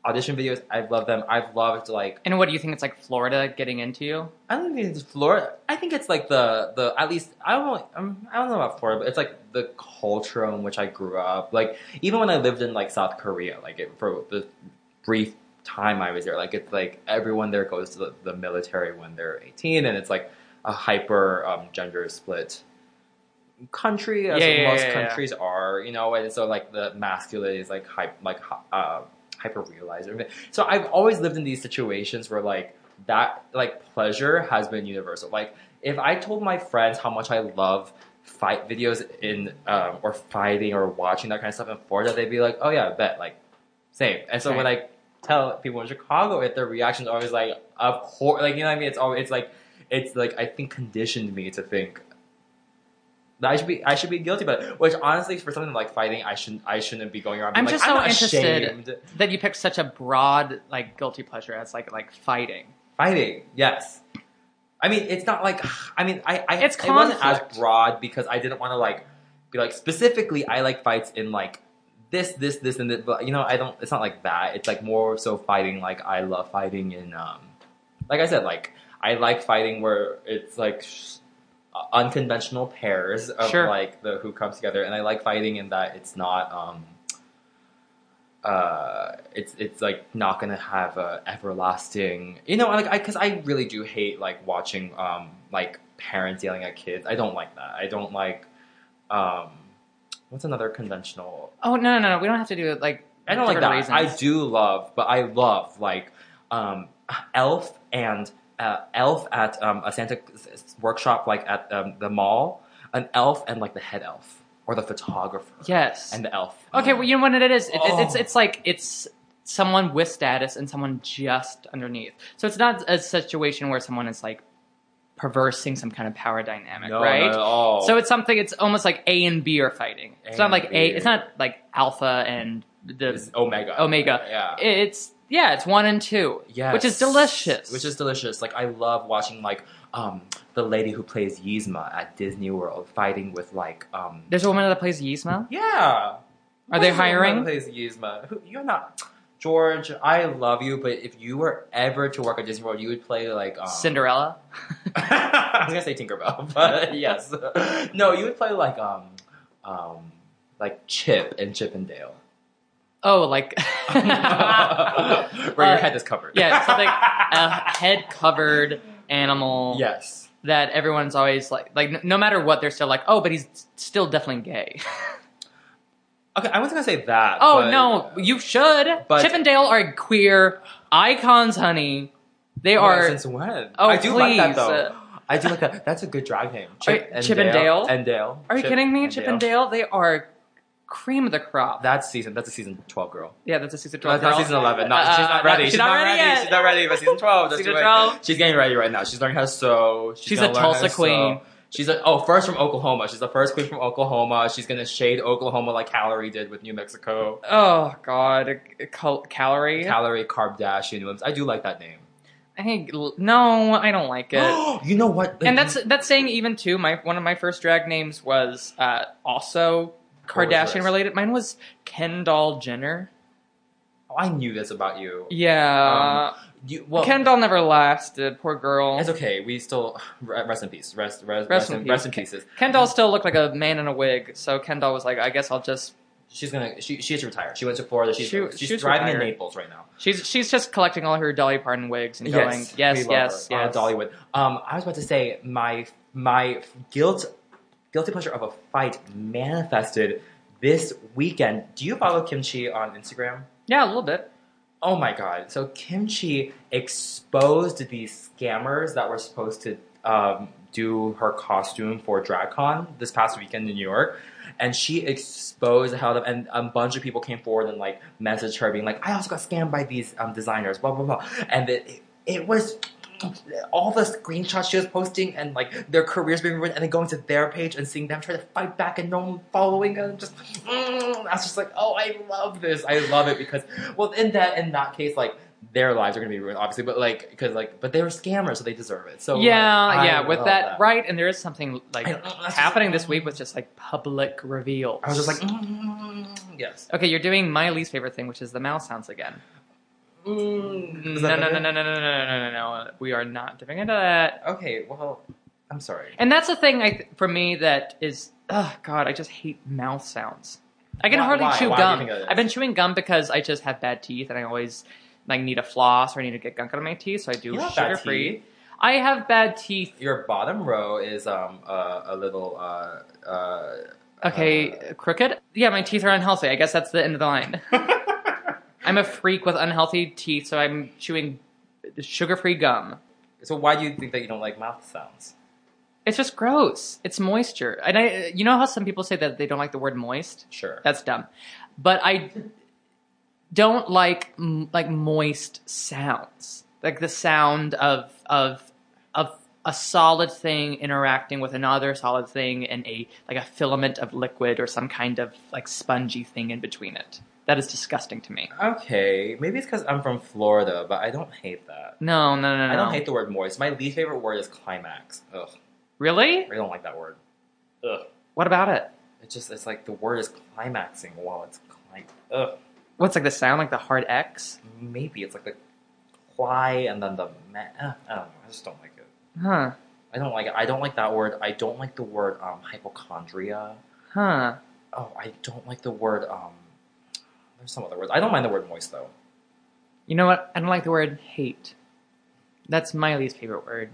[SPEAKER 2] audition videos. I've loved them. I've loved like
[SPEAKER 1] And what do you think it's like Florida getting into you?
[SPEAKER 2] I don't think it's Florida. I think it's like the the at least I don't um, I don't know about Florida, but it's like the culture in which I grew up. Like even when I lived in like South Korea, like it, for the brief time I was there. Like it's like everyone there goes to the, the military when they're 18, and it's like a hyper um, gender split country as
[SPEAKER 1] Yeah, yeah,
[SPEAKER 2] most
[SPEAKER 1] yeah, yeah.
[SPEAKER 2] countries are, you know. And so like the masculine is like hype, like hy- uh, hyper realized. So I've always lived in these situations where like that like pleasure has been universal. Like if I told my friends how much I love fight videos in um, or fighting or watching that kind of stuff in Florida, they'd be like, "Oh yeah, I bet." Like same. And so when I tell people in Chicago it, their reaction is always like, "Of course," like you know what I mean? It's always it's like it's like I think conditioned me to think that I should be I should be guilty about it. Which honestly, for something like fighting, I shouldn't I shouldn't be going around. being
[SPEAKER 1] I'm
[SPEAKER 2] like,
[SPEAKER 1] just so
[SPEAKER 2] not
[SPEAKER 1] interested-
[SPEAKER 2] ashamed."
[SPEAKER 1] That you pick such a broad like guilty pleasure as like like fighting.
[SPEAKER 2] Fighting, yes. I mean, it's not like I mean, I, I
[SPEAKER 1] It's
[SPEAKER 2] it wasn't as
[SPEAKER 1] conflict.
[SPEAKER 2] broad because I didn't want to like be like specifically. I like fights in like this, this, this, and this. But you know, I don't. It's not like that. It's like more so fighting. Like I love fighting in um, like I said, like I like fighting where it's like sh- uh, unconventional pairs of
[SPEAKER 1] Sure.
[SPEAKER 2] like the who comes together, and I like fighting in that it's not um. Uh, it's it's like not gonna have a everlasting, you know, like I because I really do hate like watching um like parents yelling at kids. I don't like that. I don't like um what's another conventional
[SPEAKER 1] Oh no no no! no. We don't have to do it like
[SPEAKER 2] I don't like that.
[SPEAKER 1] different
[SPEAKER 2] I
[SPEAKER 1] reasons.
[SPEAKER 2] do love, but I love like um, Elf and uh, Elf at um, a Santa workshop, like at um, the mall. An Elf and like the head Elf or the photographer.
[SPEAKER 1] yes.
[SPEAKER 2] and the Elf.
[SPEAKER 1] okay, well you know what it is. It, it, it's
[SPEAKER 2] Oh.
[SPEAKER 1] it's like it's someone with status and someone just underneath. So it's not a situation where someone is like perversing some kind of power dynamic,
[SPEAKER 2] no,
[SPEAKER 1] right?
[SPEAKER 2] Not at all.
[SPEAKER 1] So it's something. It's almost like A and B are fighting.
[SPEAKER 2] Oh. A
[SPEAKER 1] it's not
[SPEAKER 2] and
[SPEAKER 1] like A.
[SPEAKER 2] B.
[SPEAKER 1] It's not like alpha and the.
[SPEAKER 2] It's Omega.
[SPEAKER 1] Omega.
[SPEAKER 2] Yeah.
[SPEAKER 1] It's yeah. It's one and two.
[SPEAKER 2] Yes.
[SPEAKER 1] which is delicious.
[SPEAKER 2] Which is delicious. Like I love watching like um the lady who plays Yzma at Disney World fighting with like um
[SPEAKER 1] there's a woman that plays Yzma.
[SPEAKER 2] Yeah.
[SPEAKER 1] Are they
[SPEAKER 2] Who's the one
[SPEAKER 1] hiring?
[SPEAKER 2] that Plays Yzma. Who, you're not George. I love you, but if you were ever to work at Disney World, you would play like um,
[SPEAKER 1] Cinderella.
[SPEAKER 2] I was gonna say Tinkerbell, but yes. No, you would play like um um like Chip and Chip and Dale.
[SPEAKER 1] Oh, like
[SPEAKER 2] Where your
[SPEAKER 1] Uh,
[SPEAKER 2] head is covered.
[SPEAKER 1] yeah, something- a head covered animal
[SPEAKER 2] yes.
[SPEAKER 1] that everyone's always like like no- no matter what they're still like oh but he's still definitely gay
[SPEAKER 2] Okay, I wasn't gonna say that.
[SPEAKER 1] oh
[SPEAKER 2] but-
[SPEAKER 1] no you should
[SPEAKER 2] but-
[SPEAKER 1] chip and dale are queer icons honey they
[SPEAKER 2] Well,
[SPEAKER 1] are
[SPEAKER 2] since when?
[SPEAKER 1] Oh,
[SPEAKER 2] I do like that
[SPEAKER 1] please. uh,
[SPEAKER 2] though. I do like that. That's a good drag name. Chip,
[SPEAKER 1] Are-
[SPEAKER 2] and,
[SPEAKER 1] Chip
[SPEAKER 2] Dale,
[SPEAKER 1] and Dale?
[SPEAKER 2] And Dale.
[SPEAKER 1] Are you
[SPEAKER 2] Chip
[SPEAKER 1] kidding me? Chip and Dale, they are cream of the crop.
[SPEAKER 2] That's season. That's a season twelve girl.
[SPEAKER 1] yeah, that's a season
[SPEAKER 2] No,
[SPEAKER 1] twelve.
[SPEAKER 2] that's not
[SPEAKER 1] girl.
[SPEAKER 2] season eleven. No, she's
[SPEAKER 1] Uh,
[SPEAKER 2] not ready.
[SPEAKER 1] She's, not, ready. yet.
[SPEAKER 2] She's not ready. But season twelve. just
[SPEAKER 1] Season
[SPEAKER 2] wait.
[SPEAKER 1] 12.
[SPEAKER 2] She's getting ready right now. She's learning how to sew. She's,
[SPEAKER 1] She's
[SPEAKER 2] gonna
[SPEAKER 1] a
[SPEAKER 2] learn how
[SPEAKER 1] Tulsa
[SPEAKER 2] to sew.
[SPEAKER 1] queen.
[SPEAKER 2] She's a, oh first from Oklahoma. She's the first queen from Oklahoma. She's gonna shade Oklahoma like Calorie did with New Mexico.
[SPEAKER 1] Oh God, Cal- calorie.
[SPEAKER 2] Calorie Kardashian Williams. I do like that name.
[SPEAKER 1] I think no, I don't like it.
[SPEAKER 2] you know what?
[SPEAKER 1] and that's that's saying even too. My one of my first drag names was uh, also
[SPEAKER 2] What was
[SPEAKER 1] Kardashian
[SPEAKER 2] yours?
[SPEAKER 1] related. Mine was Kendall Jenner.
[SPEAKER 2] Oh, I knew this about you.
[SPEAKER 1] Yeah,
[SPEAKER 2] You Um, well.
[SPEAKER 1] Kendall never lasted. Poor girl.
[SPEAKER 2] It's okay. We still rest in peace. Rest, rest, rest, in,
[SPEAKER 1] in
[SPEAKER 2] rest in
[SPEAKER 1] peace.
[SPEAKER 2] pieces.
[SPEAKER 1] Kendall still looked like a man in a wig, so Kendall was like, I guess I'll just
[SPEAKER 2] She's gonna. She she has to retire. She went to Florida. She's
[SPEAKER 1] She-
[SPEAKER 2] she's
[SPEAKER 1] she's
[SPEAKER 2] thriving in
[SPEAKER 1] retired.
[SPEAKER 2] Naples right now.
[SPEAKER 1] She's she's just collecting all her Dolly Parton wigs and going, yes,
[SPEAKER 2] we
[SPEAKER 1] yes, yes,
[SPEAKER 2] love her. Uh, Dollywood. Um, I was about to say my my guilt guilty pleasure of a fight manifested this weekend. Do you follow Kimchi on Instagram?
[SPEAKER 1] Yeah, a little bit.
[SPEAKER 2] Oh my god! So Kimchi exposed these scammers that were supposed to um, do her costume for DragCon this past weekend in New York, and she exposed how them. And a bunch of people came forward and like messaged her, being like, "I also got scammed by these um, designers." Blah blah blah, and it, it was all the screenshots she was posting and like their careers being ruined, and then going to their page and seeing them try to fight back and no one following and just mm, I was just like, oh, I love this. I love it because well, in that in that case, like their lives are gonna be ruined, obviously, but like because like but they were scammers, so they deserve it. So like,
[SPEAKER 1] yeah,
[SPEAKER 2] I
[SPEAKER 1] yeah, with
[SPEAKER 2] love
[SPEAKER 1] that, right, and there is something like
[SPEAKER 2] I- that's just-
[SPEAKER 1] happening this week with just like public reveals.
[SPEAKER 2] I was just like, mm, yes.
[SPEAKER 1] okay, you're doing my least favorite thing, which is the mouse sounds again.
[SPEAKER 2] Mm.
[SPEAKER 1] No,
[SPEAKER 2] Is
[SPEAKER 1] no,
[SPEAKER 2] that
[SPEAKER 1] no, no,
[SPEAKER 2] better?
[SPEAKER 1] no, no, no, no, no, no, no. We are not dipping into that.
[SPEAKER 2] Okay, well, I'm sorry.
[SPEAKER 1] And that's the thing I th- for me that is, oh God, I just hate mouth sounds. I can
[SPEAKER 2] Why-
[SPEAKER 1] hardly
[SPEAKER 2] why-
[SPEAKER 1] chew
[SPEAKER 2] why do you
[SPEAKER 1] gum.
[SPEAKER 2] think that is?
[SPEAKER 1] I've been chewing gum because I just have bad teeth and I always like need a floss or need to get gunk out of my teeth, so I do
[SPEAKER 2] You have bad
[SPEAKER 1] sugar free. I have bad teeth.
[SPEAKER 2] Your bottom row is um uh, a little uh uh.
[SPEAKER 1] Okay, crooked. Yeah, my teeth are unhealthy. I guess that's the end of the line. I'm a freak with unhealthy teeth, so I'm chewing sugar-free gum.
[SPEAKER 2] So why do you think that you don't like mouth sounds?
[SPEAKER 1] It's just gross. It's moisture, and I. You know how some people say that they don't like the word moist.
[SPEAKER 2] Sure.
[SPEAKER 1] That's dumb. But I don't like m- like moist sounds, like the sound of of of a solid thing interacting with another solid thing and a like a filament of liquid or some kind of like spongy thing in between it. That is disgusting to me.
[SPEAKER 2] okay. Maybe it's because I'm from Florida, but I don't hate that.
[SPEAKER 1] No, no, no, no.
[SPEAKER 2] I don't
[SPEAKER 1] no.
[SPEAKER 2] hate the word moist. My least favorite word is climax. Ugh,
[SPEAKER 1] Really?
[SPEAKER 2] I don't like that word. Ugh,
[SPEAKER 1] What about it?
[SPEAKER 2] it's just it's like the word is climaxing while it's clim. Ugh,
[SPEAKER 1] What's like the sound like the hard X?
[SPEAKER 2] maybe it's like the cly and then the ma- uh, I don't know. I just don't like it.
[SPEAKER 1] Huh?
[SPEAKER 2] I don't like it. I don't like that word. I don't like the word um hypochondria.
[SPEAKER 1] Huh?
[SPEAKER 2] Oh, I don't like the word um. There's some other words. I don't mind the word moist though.
[SPEAKER 1] You know what? I don't like the word hate. That's Miley's favorite word.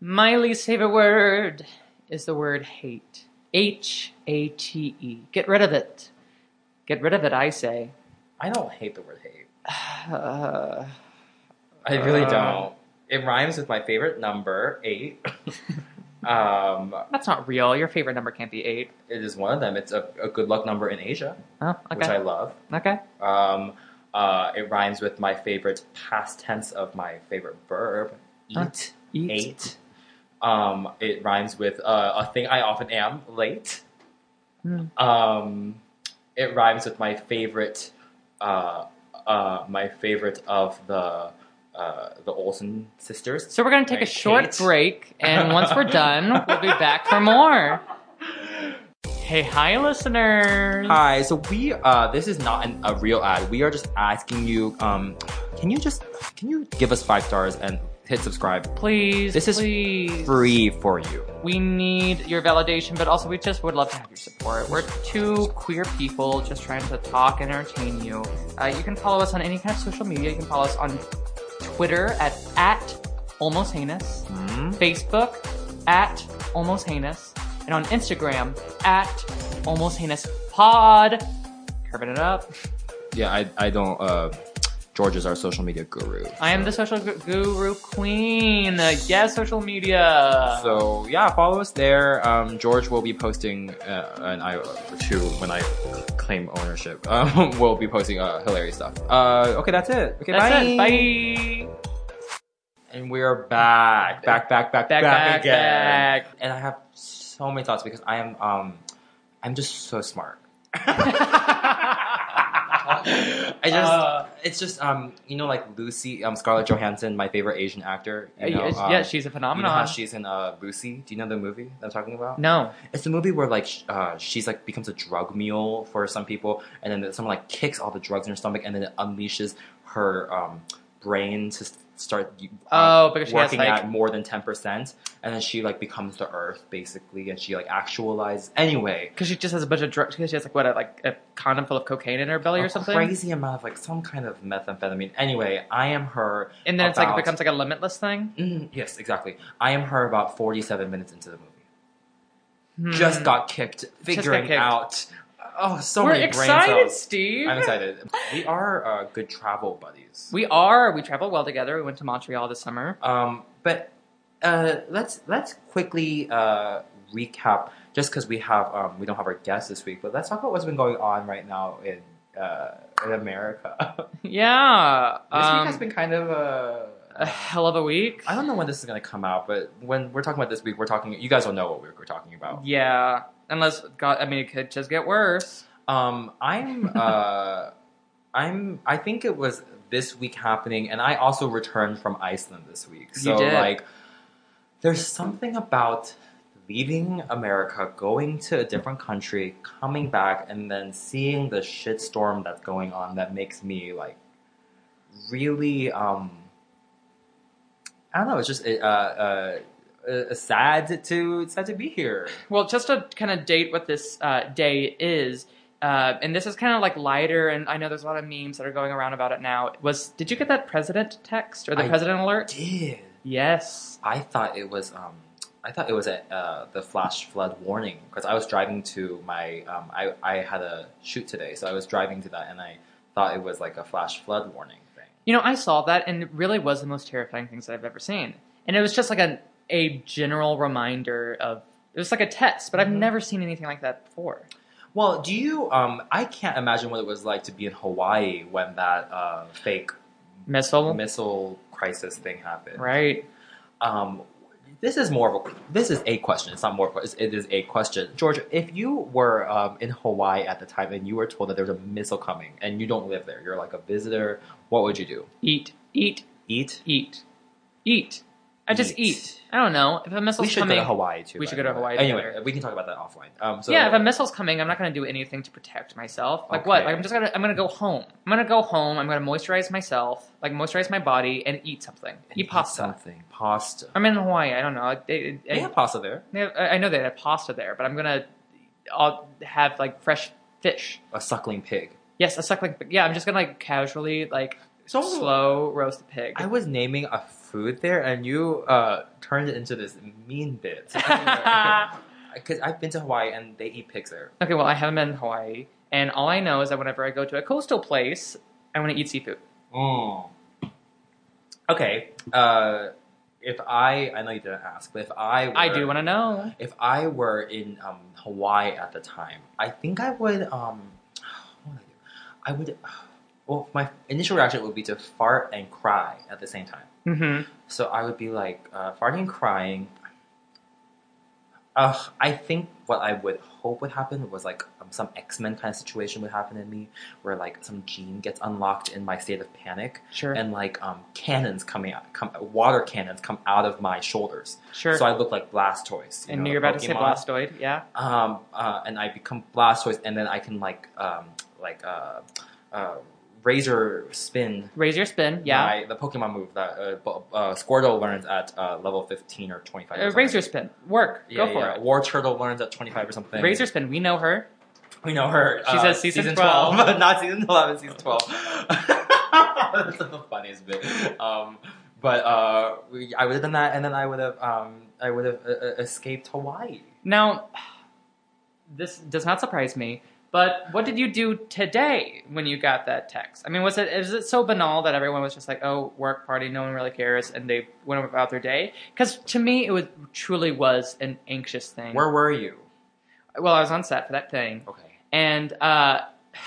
[SPEAKER 1] Miley's favorite word is the word hate. H A T E. Get rid of it. Get rid of it, I say.
[SPEAKER 2] I don't hate the word hate.
[SPEAKER 1] Uh,
[SPEAKER 2] I really
[SPEAKER 1] Uh.
[SPEAKER 2] don't. It rhymes with my favorite number, eight. um,
[SPEAKER 1] that's not real. Your favorite number can't be eight.
[SPEAKER 2] it is one of them. It's a, a good luck number in Asia,
[SPEAKER 1] Oh,
[SPEAKER 2] which I
[SPEAKER 1] okay.
[SPEAKER 2] love.
[SPEAKER 1] okay.
[SPEAKER 2] Um, uh, it rhymes with my favorite past tense of my favorite verb, eat.
[SPEAKER 1] Huh? Eat.
[SPEAKER 2] Eight. Um, it rhymes with uh, a thing I often am late.
[SPEAKER 1] Hmm.
[SPEAKER 2] Um, it rhymes with my favorite, uh, uh, my favorite of the uh, the Olsen sisters.
[SPEAKER 1] So we're going to take
[SPEAKER 2] Like
[SPEAKER 1] a short
[SPEAKER 2] hate.
[SPEAKER 1] break, and once we're done, we'll be back for more. Hey, hi, listeners.
[SPEAKER 2] Hi. So we uh, this is not an, a real ad. We are just asking you. Um, can you just can you give us five stars and hit subscribe?
[SPEAKER 1] Please,
[SPEAKER 2] This is
[SPEAKER 1] please.
[SPEAKER 2] Free for you.
[SPEAKER 1] We need your validation, but also we just would love to have your support. We're two queer people just trying to talk and entertain you. Uh, you can follow us on any kind of social media. You can follow us on Twitter at, at almost heinous,
[SPEAKER 2] Hmm?
[SPEAKER 1] Facebook at almost heinous, and on Instagram at almost heinous pod. Curving it up.
[SPEAKER 2] Yeah, I I don't. Uh, George is our social media guru.
[SPEAKER 1] I am the social gu- guru queen. Yes, social media.
[SPEAKER 2] So yeah, follow us there. Um, George will be posting uh, an I or two when I claim ownership. Um, we'll be posting uh, hilarious stuff. Uh, okay, that's it. Okay,
[SPEAKER 1] That's
[SPEAKER 2] bye.
[SPEAKER 1] it. Bye.
[SPEAKER 2] And we're back, back, back, back,
[SPEAKER 1] Back,
[SPEAKER 2] back,
[SPEAKER 1] back,
[SPEAKER 2] again.
[SPEAKER 1] back.
[SPEAKER 2] And I have so many thoughts because I am um, I'm just so smart. I just,
[SPEAKER 1] Uh.
[SPEAKER 2] it's just um, you know, like Lucy, um, Scarlett Johansson, my favorite Asian actor. You know,
[SPEAKER 1] yeah,
[SPEAKER 2] um,
[SPEAKER 1] Uh, yeah, she's a
[SPEAKER 2] you know
[SPEAKER 1] phenomenon.
[SPEAKER 2] how she's in uh, Boosie? Do you know the movie that I'm talking about?
[SPEAKER 1] no.
[SPEAKER 2] It's the movie where like sh- uh, she's like becomes a drug mule for some people, and then someone like kicks all the drugs in her stomach, and then it unleashes her um, brain to s- start uh,
[SPEAKER 1] Oh, because she has,
[SPEAKER 2] working
[SPEAKER 1] like-
[SPEAKER 2] at more than ten percent, and then she like becomes the Earth basically, and she like actualizes anyway.
[SPEAKER 1] Because she just has a bunch of drugs. Because she has like what, a, like a condom full of cocaine in her belly or
[SPEAKER 2] a
[SPEAKER 1] something.
[SPEAKER 2] Oh, crazy amount of like some kind of methamphetamine. Anyway, I am her.
[SPEAKER 1] And then it's like it
[SPEAKER 2] about-
[SPEAKER 1] becomes like a limitless thing.
[SPEAKER 2] Mm, yes, exactly. I am her about forty-seven minutes into the movie.
[SPEAKER 1] Hmm.
[SPEAKER 2] Just got kicked,
[SPEAKER 1] got
[SPEAKER 2] figuring
[SPEAKER 1] kicked.
[SPEAKER 2] out. Oh, so
[SPEAKER 1] We're
[SPEAKER 2] many brain
[SPEAKER 1] excited,
[SPEAKER 2] cells.
[SPEAKER 1] Steve.
[SPEAKER 2] I'm excited. We are uh, good travel buddies.
[SPEAKER 1] We are. We travel well together. We went to Montreal this summer.
[SPEAKER 2] um, but uh, let's let's quickly uh, recap, just because we have um, we don't have our guest this week, but let's talk about what's been going on right now in uh, in America.
[SPEAKER 1] Yeah.
[SPEAKER 2] this week has
[SPEAKER 1] um,
[SPEAKER 2] been kind of uh,
[SPEAKER 1] a hell of a week.
[SPEAKER 2] I don't know when this is gonna come out, but when we're talking about this week, we're talking. You guys will know what we were talking about.
[SPEAKER 1] Yeah. Unless God, I mean, it could just get worse.
[SPEAKER 2] Um, I'm. Uh, I'm. I think it was this week happening, and I also returned from Iceland this week.
[SPEAKER 1] You
[SPEAKER 2] So
[SPEAKER 1] did.
[SPEAKER 2] like, there's something about leaving America, going to a different country, coming back, and then seeing the shitstorm that's going on that makes me like really. Um, I don't know. It's just uh, uh, uh, sad to sad to be here.
[SPEAKER 1] Well, just to kind of date what this uh, day is. Uh, and this is kind of like lighter, and I know there's a lot of memes that are going around about it now. Was did you get that president text or the
[SPEAKER 2] I
[SPEAKER 1] president alert?
[SPEAKER 2] Did
[SPEAKER 1] Yes.
[SPEAKER 2] I thought it was um I thought it was a, uh, the flash flood warning because I was driving to my um I I had a shoot today so I was driving to that and I thought it was like a flash flood warning thing.
[SPEAKER 1] You know, I saw that, and it really was the most terrifying things that I've ever seen. And it was just like a a general reminder of it was like a test, but I've
[SPEAKER 2] Mhm.
[SPEAKER 1] never seen anything like that before.
[SPEAKER 2] Well, do you um I can't imagine what it was like to be in Hawaii when that uh, fake
[SPEAKER 1] Missile,
[SPEAKER 2] missile crisis thing happened.
[SPEAKER 1] right?
[SPEAKER 2] Um, this is more of a this is a question. It's not more. of a- It's, it is a question, George. If you were um, in Hawaii at the time and you were told that there was a missile coming and you don't live there, you're like a visitor. What would you do?
[SPEAKER 1] Eat, eat,
[SPEAKER 2] Eat.
[SPEAKER 1] eat, eat. I just
[SPEAKER 2] Eat.
[SPEAKER 1] eat. I don't know if a
[SPEAKER 2] We
[SPEAKER 1] missile's
[SPEAKER 2] should
[SPEAKER 1] coming.
[SPEAKER 2] go to Hawaii too.
[SPEAKER 1] we
[SPEAKER 2] by
[SPEAKER 1] should go
[SPEAKER 2] the
[SPEAKER 1] to
[SPEAKER 2] way.
[SPEAKER 1] Hawaii
[SPEAKER 2] Anyway,
[SPEAKER 1] together.
[SPEAKER 2] we can talk about that offline. Um, so
[SPEAKER 1] yeah, if a missile's coming, I'm not gonna do anything to protect myself. Like what?
[SPEAKER 2] Okay.
[SPEAKER 1] Like I'm just gonna I'm gonna go home. I'm gonna go home. I'm gonna moisturize myself, like moisturize my body, and eat something.
[SPEAKER 2] and
[SPEAKER 1] Eat pasta. Um,
[SPEAKER 2] Something pasta.
[SPEAKER 1] I'm in Hawaii. I don't know. I, I, I,
[SPEAKER 2] They have pasta there.
[SPEAKER 1] they have, I I know they had pasta there, but I'm gonna I'll have like fresh fish.
[SPEAKER 2] A suckling pig.
[SPEAKER 1] Yes, a suckling. Yeah, I'm just gonna like casually like
[SPEAKER 2] So
[SPEAKER 1] slow roast the pig.
[SPEAKER 2] I was naming a food there, and you uh, turned it into this mean bit. Because I've been to Hawaii and they eat pigs there.
[SPEAKER 1] okay, well I haven't been in Hawaii, and all I know is that whenever I go to a coastal place, I want to eat seafood.
[SPEAKER 2] Mm. Okay. Uh, if I, I know you didn't ask, but if I, were,
[SPEAKER 1] I do want to know.
[SPEAKER 2] If I were in um, Hawaii at the time, I think I would. Um, what would I, do? I would. Well, my initial reaction would be to fart and cry at the same time.
[SPEAKER 1] hmm
[SPEAKER 2] So I would be like uh, farting and crying. Uh, I think what I would hope would happen was like um, some X Men kind of situation would happen in me, where like some gene gets unlocked in my state of panic,
[SPEAKER 1] Sure.
[SPEAKER 2] and like um, cannons coming out, come, water cannons come out of my shoulders.
[SPEAKER 1] sure.
[SPEAKER 2] So I look like Blastoise. You
[SPEAKER 1] and
[SPEAKER 2] know,
[SPEAKER 1] you're about to say
[SPEAKER 2] Pokemon.
[SPEAKER 1] Blastoid, yeah.
[SPEAKER 2] Um, uh, and I become Blastoise, and then I can like um, like uh, uh, razor spin.
[SPEAKER 1] Raise your spin, yeah.
[SPEAKER 2] my- the Pokemon move that uh, bu- uh, Squirtle learns at uh, level fifteen or twenty five.
[SPEAKER 1] Uh, raise your spin. Work.
[SPEAKER 2] Yeah,
[SPEAKER 1] Go for
[SPEAKER 2] yeah.
[SPEAKER 1] it.
[SPEAKER 2] War Turtle learns at twenty five or something.
[SPEAKER 1] Raise your spin. We know her.
[SPEAKER 2] We know her.
[SPEAKER 1] She
[SPEAKER 2] uh,
[SPEAKER 1] says season 12.
[SPEAKER 2] not season eleven, season twelve. That's the funniest bit. Um, but uh, we, I would have done that, and then I would have um, I would have uh, uh, escaped Hawaii.
[SPEAKER 1] Now, this does not surprise me. But what did you do today when you got that text? I mean, was it is it so banal that everyone was just like, "Oh, work party, no one really cares," and they went about their day? Because to me, it was truly was an anxious thing.
[SPEAKER 2] Where were you?
[SPEAKER 1] well, I was on set for that thing,
[SPEAKER 2] Okay.
[SPEAKER 1] and uh,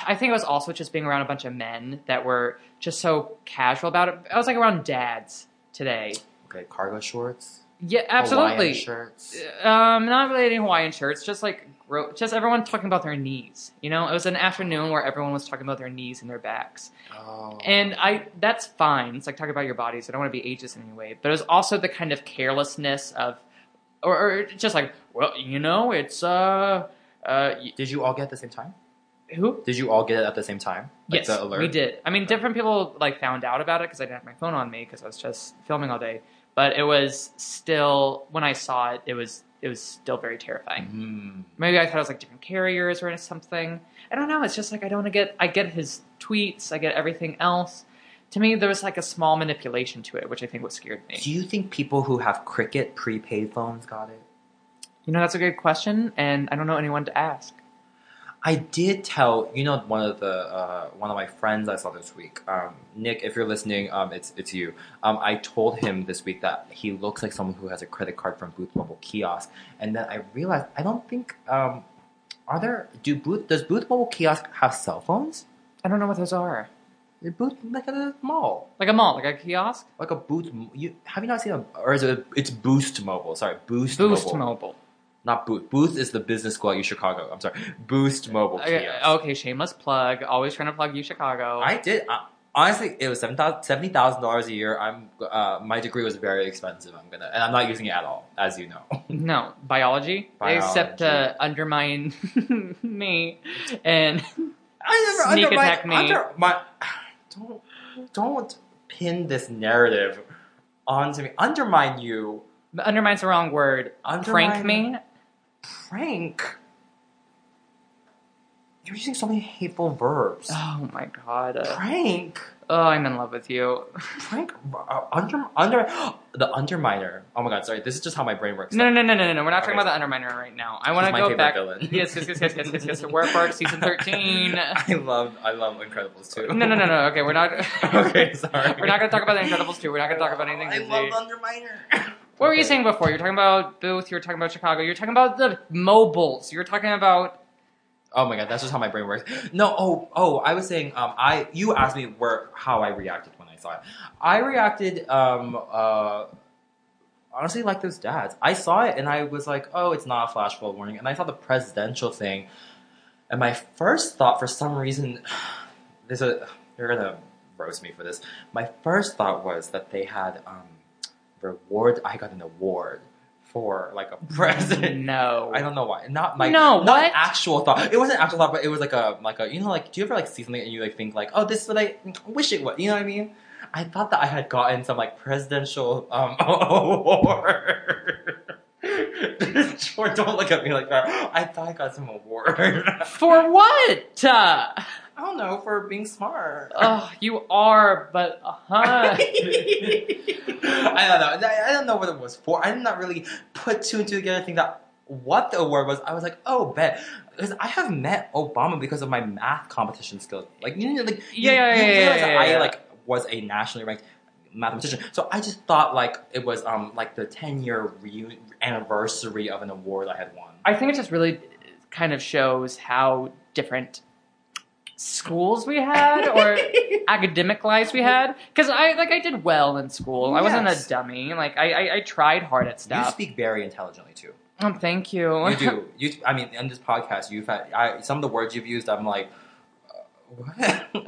[SPEAKER 1] I think I was also just being around a bunch of men that were just so casual about it. I was like around dads today.
[SPEAKER 2] Okay. Cargo shorts.
[SPEAKER 1] Yeah,
[SPEAKER 2] Hawaiian
[SPEAKER 1] absolutely.
[SPEAKER 2] shirts.
[SPEAKER 1] Um, not really any Hawaiian shirts, just like gro- just everyone talking about their knees. You know, it was an afternoon where everyone was talking about their knees and their backs,
[SPEAKER 2] Oh.
[SPEAKER 1] and I that's fine. It's like talking about your bodies. I don't want to be ageist in any way, but it was also the kind of carelessness of, or, or just like, well, you know, it's uh, uh, y-
[SPEAKER 2] Did you all get it at the same time?
[SPEAKER 1] who?
[SPEAKER 2] Did you all get it at the same time? Like
[SPEAKER 1] yes,
[SPEAKER 2] the alert?
[SPEAKER 1] we did. I mean, different people like found out about it because I didn't have my phone on me because I was just filming all day. But it was still when I saw it, it was it was still very terrifying.
[SPEAKER 2] Mm.
[SPEAKER 1] Maybe I thought it was like different carriers or something. I don't know. It's just like I don't want to get. I get his tweets. I get everything else. To me, there was like a small manipulation to it, which I think what scared me.
[SPEAKER 2] Do you think people who have Cricket prepaid phones got it?
[SPEAKER 1] You know, that's a good question, and I don't know anyone to ask.
[SPEAKER 2] I did tell you know one of the uh, one of my friends I saw this week, um, Nick. If you're listening, um, it's it's you. Um, I told him this week that he looks like someone who has a credit card from Booth Mobile kiosk, and then I realized I don't think um, are there do Booth does Booth Mobile kiosk have cell phones?
[SPEAKER 1] I don't know what those are.
[SPEAKER 2] They're Booth like at a mall.
[SPEAKER 1] Like a mall, like a kiosk.
[SPEAKER 2] like a boost. You have you not seen a or is it? It's Boost Mobile. Sorry, Boost,
[SPEAKER 1] Boost
[SPEAKER 2] Mobile.
[SPEAKER 1] Mobile.
[SPEAKER 2] Not Boost. Boost is the business school at U Chicago. I'm sorry, Boost Mobile.
[SPEAKER 1] Okay,
[SPEAKER 2] kiosk.
[SPEAKER 1] okay, shameless plug. Always trying to plug you, Chicago.
[SPEAKER 2] I did. I, honestly, it was seven thousand seventy thousand dollars a year. I'm uh, my degree was very expensive. I'm gonna and I'm not using it at all, as you know.
[SPEAKER 1] no biology,
[SPEAKER 2] Biology.
[SPEAKER 1] except to undermine me and
[SPEAKER 2] I never
[SPEAKER 1] Sneak
[SPEAKER 2] under my-
[SPEAKER 1] attack me.
[SPEAKER 2] under my don't don't pin this narrative onto me. Undermine you.
[SPEAKER 1] undermine's the wrong word.
[SPEAKER 2] Undermine
[SPEAKER 1] Prank me.
[SPEAKER 2] Prank. You're using so many hateful verbs.
[SPEAKER 1] Oh my god. Uh,
[SPEAKER 2] Prank,
[SPEAKER 1] oh, I'm in love with you.
[SPEAKER 2] prank, uh, under, under, the underminer. Oh my god, sorry. This is just how my brain works.
[SPEAKER 1] No, no, no, no, no, no. We're not
[SPEAKER 2] Okay.
[SPEAKER 1] talking about the Underminer right now. I
[SPEAKER 2] He's
[SPEAKER 1] want to
[SPEAKER 2] my
[SPEAKER 1] go
[SPEAKER 2] favorite
[SPEAKER 1] back.
[SPEAKER 2] villain.
[SPEAKER 1] Yes, yes, yes, yes, yes, yes, yes. War Park season thirteen. no,
[SPEAKER 2] I love, I love Incredibles too.
[SPEAKER 1] no, no, no. Okay, we're not.
[SPEAKER 2] okay, sorry.
[SPEAKER 1] We're not gonna talk about the Incredibles two. We're not gonna talk about anything. Disney.
[SPEAKER 2] Underminer.
[SPEAKER 1] What were you
[SPEAKER 2] Okay.
[SPEAKER 1] saying before? You're talking about Booth. You're talking about Chicago. You're talking about the mobiles. You're talking about
[SPEAKER 2] Oh my god, that's just how my brain works. No, oh, oh, I was saying, um, I you asked me where how I reacted when I saw it. I reacted, um, uh, honestly like those dads. I saw it and I was like, oh, it's not a flash flood warning. And I saw the presidential thing, and my first thought, for some reason, there's a you're gonna roast me for this. My first thought was that they had um, reward. I got an award for like a president.
[SPEAKER 1] no.
[SPEAKER 2] I don't know why. Not my
[SPEAKER 1] No,
[SPEAKER 2] not
[SPEAKER 1] what?
[SPEAKER 2] actual thought. It wasn't actual thought, but it was like a like a you know like do you ever like see something and you like think like oh this is what I wish it was you know what I mean? I thought that I had gotten some like presidential um award. George, don't look at me like that. I thought I got some award. I
[SPEAKER 1] For what? Uh,
[SPEAKER 2] don't know for being smart.
[SPEAKER 1] oh, you are, but uh huh.
[SPEAKER 2] I don't know. I I don't know what it was for. I did not really put two and two together. Think that what the award was. I was like, oh, bet. Because I have met Obama because of my math competition skills. Like you, know, like you-
[SPEAKER 1] Yeah, yeah,
[SPEAKER 2] you
[SPEAKER 1] yeah, yeah,
[SPEAKER 2] realize
[SPEAKER 1] yeah,
[SPEAKER 2] that I
[SPEAKER 1] yeah.
[SPEAKER 2] like was a nationally ranked mathematician. So I just thought like it was um like the ten year reu- anniversary of an award I had won.
[SPEAKER 1] I think it just really kind of shows how different schools we had or academic lives we had. Because I like I did well in school. I wasn't
[SPEAKER 2] Yes.
[SPEAKER 1] a dummy. Like I, I, I tried hard at
[SPEAKER 2] you
[SPEAKER 1] stuff.
[SPEAKER 2] speak very intelligently too.
[SPEAKER 1] um, thank you.
[SPEAKER 2] You do. You. I mean, on this podcast, you've had I, some of the words you've used. I'm like, uh, what?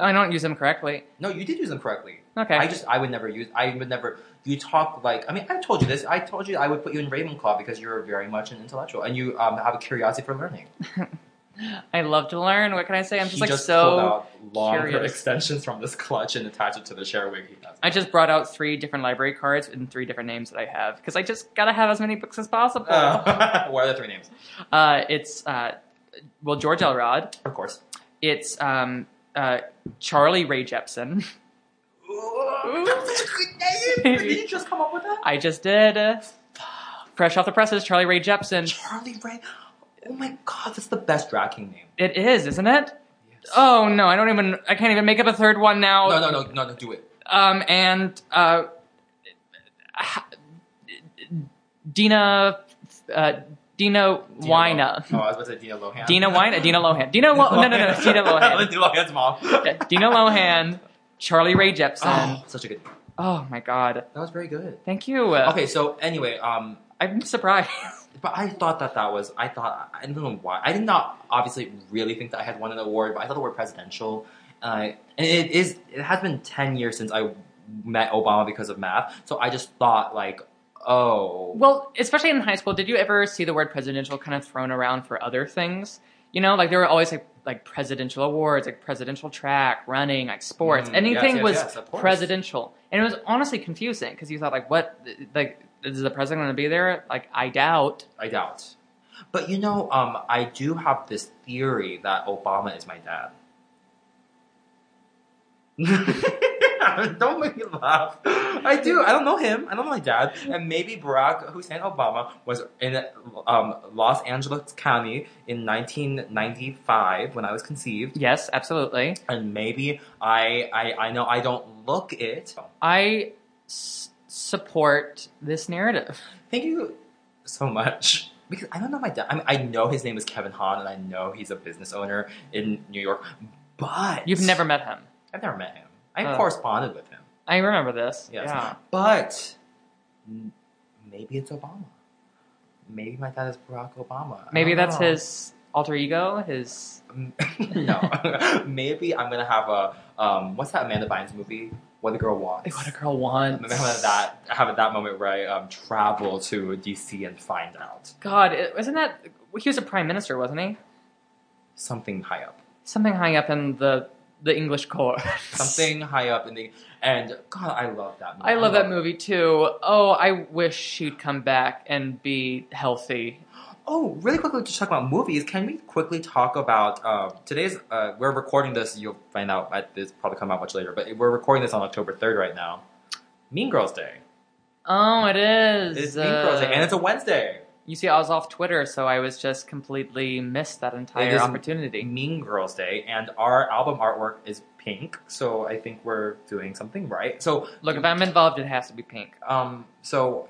[SPEAKER 1] I don't use them correctly.
[SPEAKER 2] no, you did use them correctly.
[SPEAKER 1] Okay.
[SPEAKER 2] I just I would never use I would never you talk like I mean I told you this I told you I would put you in Ravenclaw because you're very much an intellectual and you um, have a curiosity for learning.
[SPEAKER 1] I love to learn. What can I say? I'm just
[SPEAKER 2] he
[SPEAKER 1] like
[SPEAKER 2] just pulled
[SPEAKER 1] so.
[SPEAKER 2] out longer
[SPEAKER 1] curious.
[SPEAKER 2] extensions from this clutch and attached it to the share wig he has.
[SPEAKER 1] I just brought out three different library cards and three different names that I have because I just gotta have as many books as possible. Uh,
[SPEAKER 2] Uh, what are the three names?
[SPEAKER 1] it's uh, well George Elrod.
[SPEAKER 2] Of course.
[SPEAKER 1] It's um, uh, Charlie Ray Jepsen.
[SPEAKER 2] That's a good name. Did you just come up with that?
[SPEAKER 1] I just did. uh, Fresh off the presses, Charlie Ray Jepsen.
[SPEAKER 2] Charlie Ray. Oh my god, that's the best drag king name.
[SPEAKER 1] It is, isn't it? Oh no, I don't even. I can't even make up a third one now.
[SPEAKER 2] No, no, no, no, no, do it.
[SPEAKER 1] Um, and uh, Dina, uh, Dina
[SPEAKER 2] Dina
[SPEAKER 1] Wina.
[SPEAKER 2] Lo- Oh, I was about to say Dina Lohan.
[SPEAKER 1] Dina Wina, Dina Lohan. Dina Lo- no, no, no, no, Dina Lohan.
[SPEAKER 2] Lindsay Lohan's mom.
[SPEAKER 1] Yeah, Dina Lohan, Charlie Ray Jepsen.
[SPEAKER 2] Oh, such a good.
[SPEAKER 1] Oh my god.
[SPEAKER 2] That was very good.
[SPEAKER 1] Thank you. uh,
[SPEAKER 2] Okay, so anyway, um,
[SPEAKER 1] I'm surprised.
[SPEAKER 2] but I thought that that was I thought I don't know why I did not obviously really think that I had won an award, but I thought the word presidential, uh, and it is it has been ten years since I met Obama because of math, so I just thought like, oh,
[SPEAKER 1] Well, especially in high school, did you ever see the word presidential kind of thrown around for other things? You know, like there were always like like presidential awards, like presidential track, running, like sports.
[SPEAKER 2] Mm, yes,
[SPEAKER 1] Anything
[SPEAKER 2] yes,
[SPEAKER 1] was
[SPEAKER 2] yes, of course.
[SPEAKER 1] presidential, and it was honestly confusing because you thought like, what, like, is the president going to be there? Like, I doubt.
[SPEAKER 2] I doubt. But you know, um, I do have this theory that Obama is my dad. don't make me laugh. I do. I don't know him. I don't know my dad. And maybe Barack Hussein Obama was in um, Los Angeles County in 1995 when I was conceived.
[SPEAKER 1] Yes, absolutely.
[SPEAKER 2] And maybe I, I, I know I don't look it.
[SPEAKER 1] I s- support this narrative.
[SPEAKER 2] Thank you so much. Because I don't know my dad. I, mean, I know his name is Kevin Hahn, and I know he's a business owner in New York. But
[SPEAKER 1] You've never met him.
[SPEAKER 2] I've never met him. I
[SPEAKER 1] Oh.
[SPEAKER 2] corresponded with him.
[SPEAKER 1] I remember this.
[SPEAKER 2] Yes.
[SPEAKER 1] Yeah.
[SPEAKER 2] But m- maybe it's Obama. Maybe my dad is Barack Obama. I
[SPEAKER 1] Maybe
[SPEAKER 2] don't
[SPEAKER 1] that's
[SPEAKER 2] know.
[SPEAKER 1] his alter ego. His
[SPEAKER 2] no. maybe I'm gonna have a um. What's that Amanda Bynes movie? What the girl wants.
[SPEAKER 1] what a girl wants.
[SPEAKER 2] I'm gonna have that have that moment where I um, travel to DC and find out
[SPEAKER 1] God, it- wasn't that he was a prime minister, wasn't he?
[SPEAKER 2] something high up.
[SPEAKER 1] Something high up in the the English court.
[SPEAKER 2] something high up in the and God, I love that movie.
[SPEAKER 1] I love Oh, that movie too. Oh, I wish she'd come back and be healthy.
[SPEAKER 2] Oh, really quickly to talk about movies. Can we quickly talk about uh, today's? Uh, we're recording this. You'll find out. I, this probably come out much later, but we're recording this on October third right now. Mean Girls Day.
[SPEAKER 1] Oh, it is. Uh,
[SPEAKER 2] It's Mean Girls Day, and it's a Wednesday.
[SPEAKER 1] you see, I was off Twitter, so I was just completely missed that entire
[SPEAKER 2] is-
[SPEAKER 1] opportunity.
[SPEAKER 2] Mean Girls Day, and our album artwork is pink. So I think we're doing something right. So
[SPEAKER 1] Look, if I'm involved, it has to be pink.
[SPEAKER 2] um, so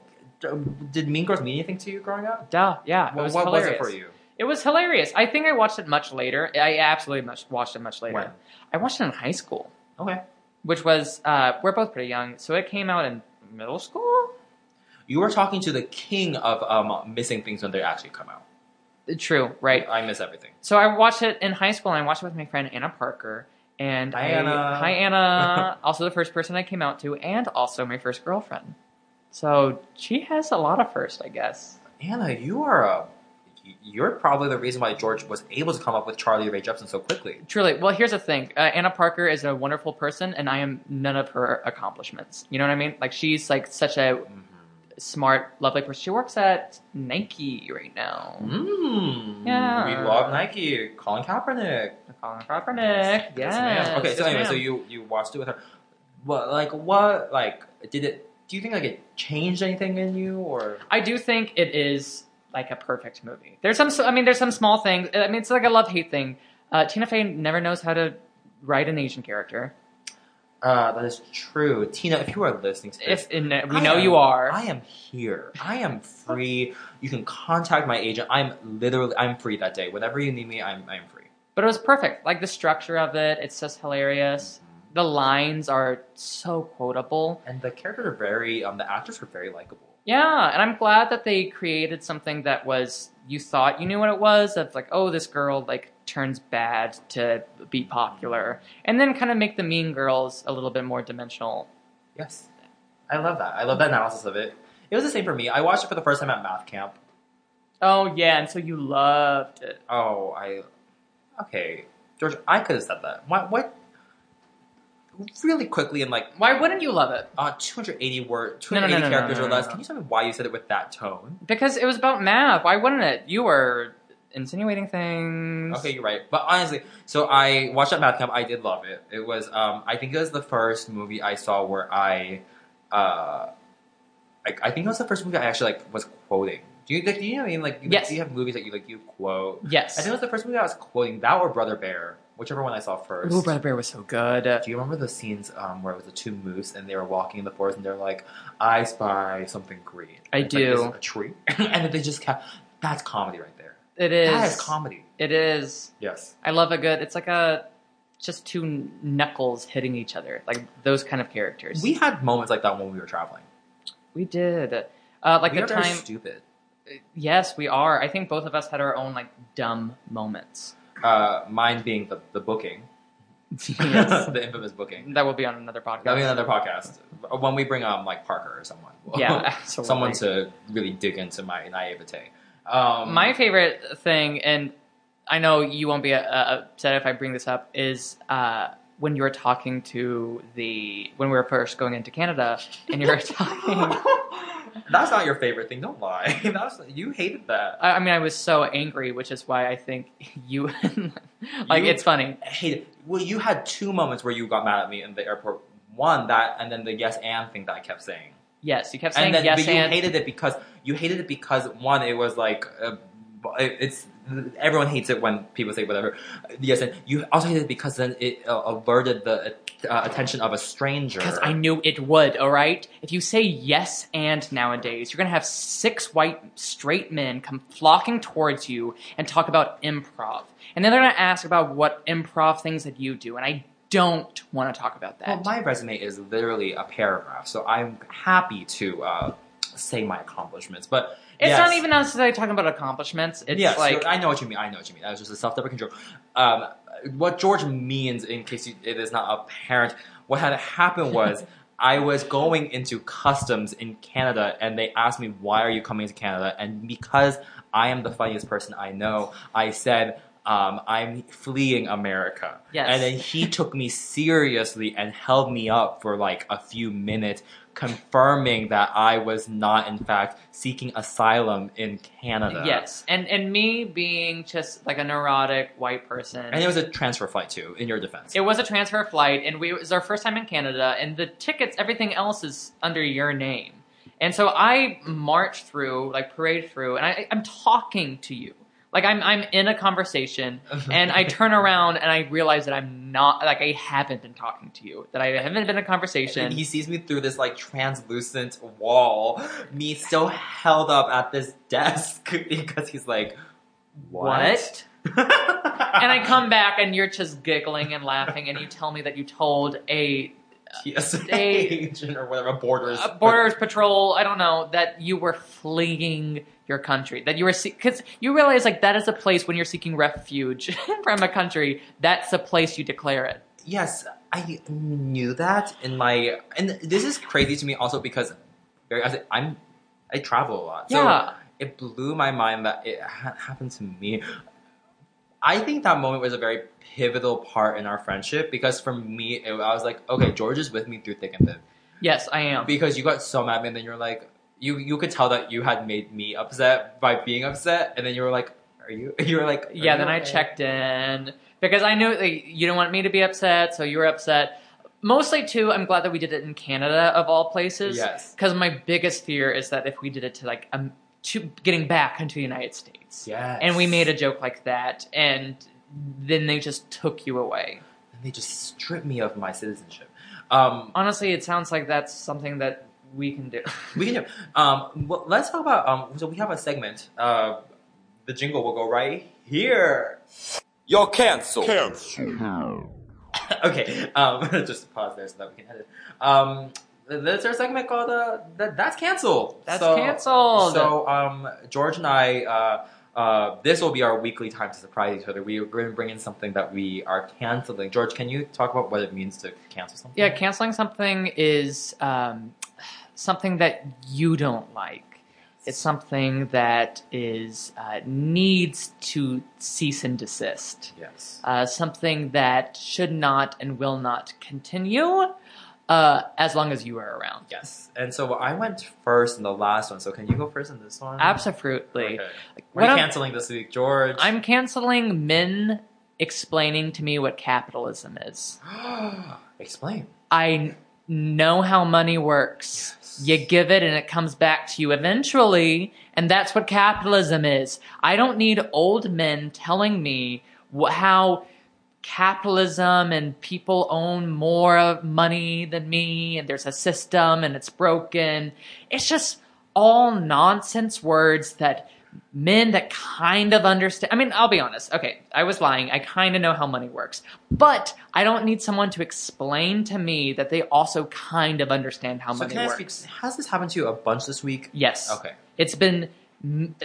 [SPEAKER 2] um, did Mean Girls mean anything to you growing up?
[SPEAKER 1] Duh, yeah. it
[SPEAKER 2] Well,
[SPEAKER 1] was
[SPEAKER 2] what was
[SPEAKER 1] hilarious.
[SPEAKER 2] it for you?
[SPEAKER 1] It was hilarious. I think I watched it much later. I absolutely much watched it much later.
[SPEAKER 2] When?
[SPEAKER 1] I watched it in high school,
[SPEAKER 2] Okay.
[SPEAKER 1] which was uh, we're both pretty young, so it came out in middle school.
[SPEAKER 2] You were talking to the king of um, missing things when they actually come out.
[SPEAKER 1] True, right?
[SPEAKER 2] I miss everything.
[SPEAKER 1] So I watched it in high school, and I watched it with my friend Anna Parker. And
[SPEAKER 2] Hi,
[SPEAKER 1] I-
[SPEAKER 2] Anna.
[SPEAKER 1] hi Anna, also the first person I came out to, and also my first girlfriend. So she has a lot of first, I guess.
[SPEAKER 2] Anna, you are a. You're probably the reason why George was able to come up with Charlie Ray Jepsen so quickly.
[SPEAKER 1] Truly, well, here's the thing: uh, Anna Parker is a wonderful person, and I am none of her accomplishments. You know what I mean? Like she's like such a
[SPEAKER 2] Mm-hmm.
[SPEAKER 1] smart, lovely person. She works at Nike right now.
[SPEAKER 2] Mm.
[SPEAKER 1] Yeah.
[SPEAKER 2] We love Nike. Colin Kaepernick.
[SPEAKER 1] Colin Kaepernick. Yes.
[SPEAKER 2] Yes, ma'am. Okay, so
[SPEAKER 1] yes,
[SPEAKER 2] anyway, so
[SPEAKER 1] ma'am.
[SPEAKER 2] you you watched it with her. What like what like did it? Do you think like it changed anything in you or?
[SPEAKER 1] I do think it is like a perfect movie. There's some, I mean, there's some small things. I mean, it's like a love hate thing. Uh, Tina Fey never knows how to write an Asian character.
[SPEAKER 2] Uh, that is true, Tina. If you are listening to this,
[SPEAKER 1] If in, we
[SPEAKER 2] I
[SPEAKER 1] know
[SPEAKER 2] am-
[SPEAKER 1] you are,
[SPEAKER 2] I am here. I am free. You can contact my agent. I'm literally I'm free that day. Whenever you need me, I'm I'm free.
[SPEAKER 1] but it was perfect. Like the structure of it, it's just hilarious. The lines are so quotable.
[SPEAKER 2] And the characters are very um the actors are very likable.
[SPEAKER 1] Yeah, and I'm glad that they created something that was you thought you knew what it was of like, oh, this girl like turns bad to be popular, and then kind of make the mean girls a little bit more dimensional.
[SPEAKER 2] Yes. I love that. I love that analysis of it. It was the same for me. I watched it for the first time at math camp.
[SPEAKER 1] Oh yeah, and so you loved it.
[SPEAKER 2] Oh, I okay. George, I could have said that. What what really quickly in like
[SPEAKER 1] Why wouldn't you love it?
[SPEAKER 2] uh, 280 word
[SPEAKER 1] No, no, no, no,
[SPEAKER 2] 280
[SPEAKER 1] no,
[SPEAKER 2] characters
[SPEAKER 1] no,
[SPEAKER 2] or
[SPEAKER 1] no,
[SPEAKER 2] less.
[SPEAKER 1] no.
[SPEAKER 2] Can you tell me why you said it with that tone?
[SPEAKER 1] Because it was about math. Why wouldn't it? You were insinuating things.
[SPEAKER 2] Okay, you're right. But honestly, so I watched that math camp. I did love it. It was, um, I think it was the first movie I saw where I, uh, I, I think it was the first movie I actually like was quoting. Do you like? Do you know what I mean? Like, you, like,
[SPEAKER 1] Yes.
[SPEAKER 2] do you have movies that you like? You quote. I
[SPEAKER 1] Yes.
[SPEAKER 2] think it was the first movie I was quoting that or Brother Bear, whichever one I saw first.
[SPEAKER 1] Ooh, Brother Bear was so good.
[SPEAKER 2] Do you remember those scenes um, where it was the two moose and they were walking in the forest and they're like, "I spy something green."
[SPEAKER 1] I
[SPEAKER 2] It's like,
[SPEAKER 1] do.
[SPEAKER 2] "Is it a tree, and then they just kept. That's comedy right there.
[SPEAKER 1] It is.
[SPEAKER 2] that is comedy.
[SPEAKER 1] It is.
[SPEAKER 2] Yes.
[SPEAKER 1] I love a good. It's like a just two knuckles hitting each other, like those kind of characters.
[SPEAKER 2] We had moments like that when we were traveling.
[SPEAKER 1] we did. Uh, like
[SPEAKER 2] we
[SPEAKER 1] the
[SPEAKER 2] are very
[SPEAKER 1] time.
[SPEAKER 2] stupid.
[SPEAKER 1] yes, we are. I think both of us had our own like dumb moments.
[SPEAKER 2] Uh, mine being the, the booking,
[SPEAKER 1] yes.
[SPEAKER 2] the infamous booking.
[SPEAKER 1] that will be on another podcast.
[SPEAKER 2] That'll be another podcast when we bring um like Parker or someone.
[SPEAKER 1] yeah, absolutely.
[SPEAKER 2] someone to really dig into my naivete. Um,
[SPEAKER 1] My favorite thing, and I know you won't be uh, upset if I bring this up, is uh, when you were talking to the when we were first going into Canada, and you were talking. I,
[SPEAKER 2] that's not your favorite thing. Don't lie. That's you hated that.
[SPEAKER 1] I mean, I was so angry, which is why I think you like
[SPEAKER 2] You-
[SPEAKER 1] it's funny.
[SPEAKER 2] I hated. Well, you had two moments where you got mad at me in the airport. One that, and then the yes and thing that I kept saying.
[SPEAKER 1] Yes, you kept saying
[SPEAKER 2] and then
[SPEAKER 1] yes
[SPEAKER 2] but you
[SPEAKER 1] and
[SPEAKER 2] hated it because you hated it because one it was like uh, it- it's everyone hates it when people say whatever uh, yes and you also hated it because then it uh, averted the uh, attention of a stranger
[SPEAKER 1] because I knew it would. All right, if you say yes and nowadays, you're gonna have six white straight men come flocking towards you and talk about improv, and then they're gonna ask about what improv things that you do, and I don't want to talk about that.
[SPEAKER 2] well, my resume is literally a paragraph so I'm happy to uh, say my accomplishments but
[SPEAKER 1] it's
[SPEAKER 2] yes.
[SPEAKER 1] not even necessarily talking about accomplishments. It's
[SPEAKER 2] yes,
[SPEAKER 1] like
[SPEAKER 2] you're- I know what you mean. I know what you mean. That was just a self-deprecating joke. Um, what George means, in case you, it is not apparent, what had happened was I was going into customs in Canada, and they asked me, "Why are you coming to Canada?" And because I am the funniest person I know, I said. um, I'm fleeing America.
[SPEAKER 1] Yes.
[SPEAKER 2] And then he took me seriously and held me up for like a few minutes, confirming that I was not, in fact, seeking asylum in Canada.
[SPEAKER 1] Yes, and and me being just like a neurotic white person.
[SPEAKER 2] And it was a transfer flight too, in your defense.
[SPEAKER 1] It was a transfer flight, and we, it was our first time in Canada, and the tickets, everything else is under your name. And so I marched through, like parade through, and I, I'm talking to you. Like I'm, I'm in a conversation, and I turn around and I realize that I'm not, like I haven't been talking to you, that I haven't been in a
[SPEAKER 2] And
[SPEAKER 1] conversation.
[SPEAKER 2] he sees me through this like translucent wall, me still held up at this desk because he's like, What?
[SPEAKER 1] What? and I come back, and you're just giggling and laughing, and you tell me that you told a
[SPEAKER 2] TSA
[SPEAKER 1] They-
[SPEAKER 2] agent or whatever, borders.
[SPEAKER 1] uh, borders patrol i don't know that you were fleeing your country that you were because you realize like that is a place when you're seeking refuge from a country that's a place you declare it
[SPEAKER 2] Yes, I knew that in my, and this is crazy to me also because very, I, I'm, I travel a lot. So
[SPEAKER 1] yeah
[SPEAKER 2] it blew my mind that it ha- happened to me. I think that moment was a very pivotal part in our friendship because for me, it, I was like, okay, George is with me through thick and thin.
[SPEAKER 1] yes i am
[SPEAKER 2] Because you got so mad at me, and then you're like, you you could tell that you had made me upset by being upset, and then you were like, are you? You were like, are
[SPEAKER 1] yeah
[SPEAKER 2] you
[SPEAKER 1] then i
[SPEAKER 2] okay?
[SPEAKER 1] checked in because i knew like, you didn't want me to be upset so you were upset mostly too i'm glad that we did it in canada of all places
[SPEAKER 2] Yes.
[SPEAKER 1] because my biggest fear is that if we did it to like um, to getting back into the united states
[SPEAKER 2] Yes.
[SPEAKER 1] and we made a joke like that and then they just took you away
[SPEAKER 2] And they just stripped me of my citizenship. Um,
[SPEAKER 1] honestly it sounds like that's something that we can do
[SPEAKER 2] we can. Um, well, let's talk about. Um, so we have a segment. Uh, the jingle will go right here.
[SPEAKER 3] You're canceled.
[SPEAKER 2] okay, um, just pause there so that we can edit. Um, that's our segment called uh, Th- "That's Canceled."
[SPEAKER 1] That's
[SPEAKER 2] So-
[SPEAKER 1] canceled.
[SPEAKER 2] So, um, George and I, uh, uh, this will be our weekly time to surprise each other. We are going to bring in something that we are canceling. George, can you talk about what it means to cancel something?
[SPEAKER 1] yeah canceling something is um, something that you don't like it's something that is uh, needs to cease and desist
[SPEAKER 2] Yes.
[SPEAKER 1] uh, something that should not and will not continue uh, as long as you are around
[SPEAKER 2] Yes. And so I went first in the last one. So can you go first in this one?
[SPEAKER 1] absolutely
[SPEAKER 2] Okay.
[SPEAKER 1] What
[SPEAKER 2] We're
[SPEAKER 1] I'm-
[SPEAKER 2] canceling this week, George.
[SPEAKER 1] I'm canceling men explaining to me what capitalism is.
[SPEAKER 2] Explain.
[SPEAKER 1] I know how money works.
[SPEAKER 2] Yes.
[SPEAKER 1] You give it and it comes back to you eventually, and that's what capitalism is. I don't need old men telling me wh- how capitalism and people own more of money than me and there's a system and it's broken. It's just all nonsense words that men that kind of understand. I mean, I'll be honest. Okay, I was lying. I kind of know how money works. But I don't need someone to explain to me that they also kind of understand how
[SPEAKER 2] So
[SPEAKER 1] money
[SPEAKER 2] can I ask
[SPEAKER 1] works.
[SPEAKER 2] you, has this happened to you a bunch this week?
[SPEAKER 1] Yes.
[SPEAKER 2] Okay.
[SPEAKER 1] It's been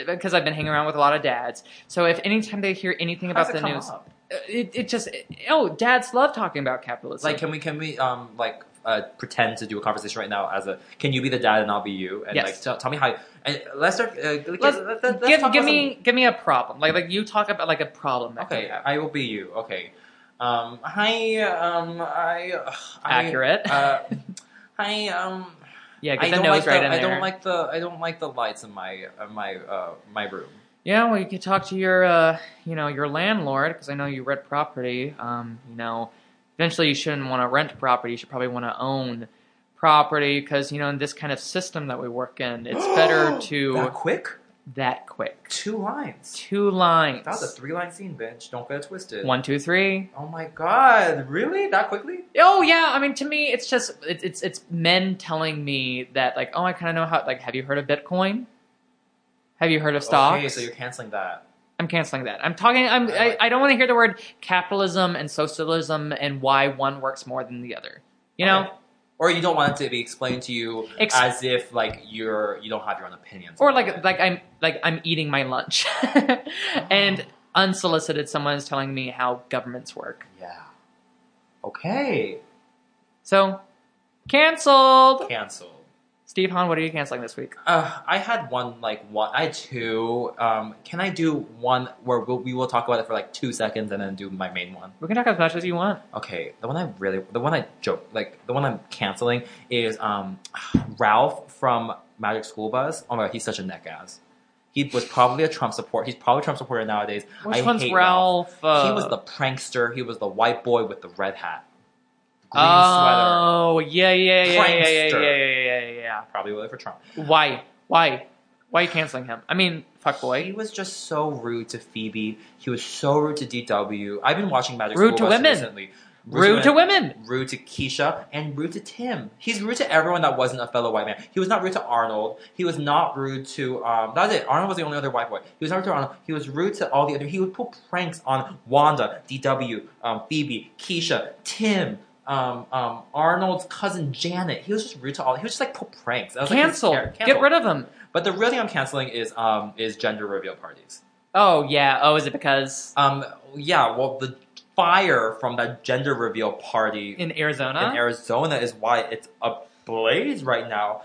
[SPEAKER 1] because I've been hanging around with a lot of dads. So if anytime they hear anything
[SPEAKER 2] How does
[SPEAKER 1] about
[SPEAKER 2] it
[SPEAKER 1] the
[SPEAKER 2] come
[SPEAKER 1] news, uh,
[SPEAKER 2] up?
[SPEAKER 1] it, it just oh, dads love talking about capitalism.
[SPEAKER 2] Like, can we can we um like uh, pretend to do a conversation right now as a can you be the dad and I'll be you and
[SPEAKER 1] Yes.
[SPEAKER 2] like tell, tell me how and let's start uh,
[SPEAKER 1] Let's-
[SPEAKER 2] let- let- let's
[SPEAKER 1] give
[SPEAKER 2] talk
[SPEAKER 1] give
[SPEAKER 2] about
[SPEAKER 1] me give me a problem. Like like you talk about like a problem.
[SPEAKER 2] some-
[SPEAKER 1] That
[SPEAKER 2] okay I will be you okay um hi um I, ugh, I
[SPEAKER 1] Accurate.
[SPEAKER 2] uh, hi um
[SPEAKER 1] yeah,
[SPEAKER 2] I
[SPEAKER 1] get the
[SPEAKER 2] don't
[SPEAKER 1] nose
[SPEAKER 2] like
[SPEAKER 1] right
[SPEAKER 2] the,
[SPEAKER 1] in
[SPEAKER 2] I
[SPEAKER 1] there.
[SPEAKER 2] don't like the I don't like the lights in my uh, my uh, my room
[SPEAKER 1] yeah, well, you could talk to your uh, you know your landlord because I know you rent property. Um, you know, eventually you shouldn't want to rent property. You should probably want to own property because you know in this kind of system that we work in, it's better to
[SPEAKER 2] that quick
[SPEAKER 1] that quick.
[SPEAKER 2] two lines
[SPEAKER 1] Two lines.
[SPEAKER 2] that was a three line scene bitch don't get it twisted
[SPEAKER 1] One, two, three.
[SPEAKER 2] oh my god really that quickly
[SPEAKER 1] Oh yeah, I mean to me it's just it's it's, it's men telling me that like oh I kind of know how like have you heard of Bitcoin? Have you heard of stocks?
[SPEAKER 2] okay so you're canceling that
[SPEAKER 1] I'm canceling that. I'm talking. I'm. I, I don't want to hear the word capitalism and socialism and why one works more than the other. You know,
[SPEAKER 2] Okay. or you don't want it to be explained to you
[SPEAKER 1] Ex-
[SPEAKER 2] as if like you're you don't have your own opinions
[SPEAKER 1] or
[SPEAKER 2] about
[SPEAKER 1] like
[SPEAKER 2] it.
[SPEAKER 1] like I'm like I'm eating my lunch, and unsolicited someone is telling me how governments work.
[SPEAKER 2] yeah okay
[SPEAKER 1] So, canceled.
[SPEAKER 2] canceled
[SPEAKER 1] Steve Hahn, what are you canceling this week?
[SPEAKER 2] Uh, I had one like one. I had two. Um, can I do one where we'll, we will talk about it for like two seconds and then do my main one?
[SPEAKER 1] We can talk as much as you want.
[SPEAKER 2] Okay, the one I really, the one I joke, like the one I'm canceling is um, Ralph from Magic School Bus. Oh my god, he's such a neck ass. He was probably a Trump support. He's probably a Trump supporter nowadays.
[SPEAKER 1] Which
[SPEAKER 2] I
[SPEAKER 1] one's
[SPEAKER 2] hate
[SPEAKER 1] Ralph? uh?
[SPEAKER 2] he was the prankster. He was the white boy with the red hat, green sweater.
[SPEAKER 1] oh yeah yeah yeah yeah yeah yeah
[SPEAKER 2] Prankster.
[SPEAKER 1] yeah yeah yeah.
[SPEAKER 2] Probably voted for Trump.
[SPEAKER 1] yeah. Why why why are you canceling him? I mean, fuck
[SPEAKER 2] He
[SPEAKER 1] boy.
[SPEAKER 2] was just so rude to Phoebe. He was so rude to DW. I've been watching Magic
[SPEAKER 1] Rude
[SPEAKER 2] School
[SPEAKER 1] to
[SPEAKER 2] Bus
[SPEAKER 1] women.
[SPEAKER 2] recently.
[SPEAKER 1] Rude to women.
[SPEAKER 2] Rude to Keisha and rude to Tim. He's rude to everyone that wasn't a fellow white man. He was not rude to Arnold. He was not rude to um. That's it. Arnold was the only other white boy. He was not rude to Arnold. He was rude to all the other. He would pull pranks on Wanda, DW, um, Phoebe, Keisha, Tim, um, um, Arnold's cousin Janet. He was just rude to all. He was just like pull pranks. I was like, who's
[SPEAKER 1] Cancel.
[SPEAKER 2] care-
[SPEAKER 1] Get rid of him.
[SPEAKER 2] But the real thing I'm canceling is um is gender reveal parties.
[SPEAKER 1] Oh yeah. Oh, is it because
[SPEAKER 2] Um, yeah, well, the fire from that gender reveal party in,
[SPEAKER 1] in Arizona?
[SPEAKER 2] Arizona is why it's ablaze right now.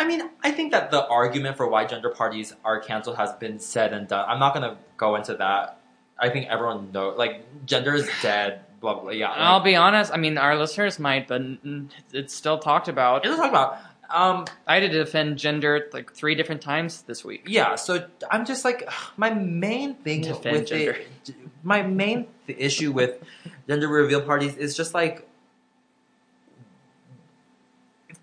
[SPEAKER 2] I mean, I think that the argument for why gender parties are canceled has been said and done. I'm not gonna go into that. I think everyone knows, like, gender is dead. Blah blah. blah. Yeah, like,
[SPEAKER 1] I'll be honest. I mean, our listeners might, but mm, it's still talked about.
[SPEAKER 2] It's just talk about. Um,
[SPEAKER 1] I had to defend gender like three different times this week.
[SPEAKER 2] yeah. So I'm just like my main thing
[SPEAKER 1] Defend
[SPEAKER 2] with
[SPEAKER 1] gender.
[SPEAKER 2] it. My main th- issue with gender reveal parties is just like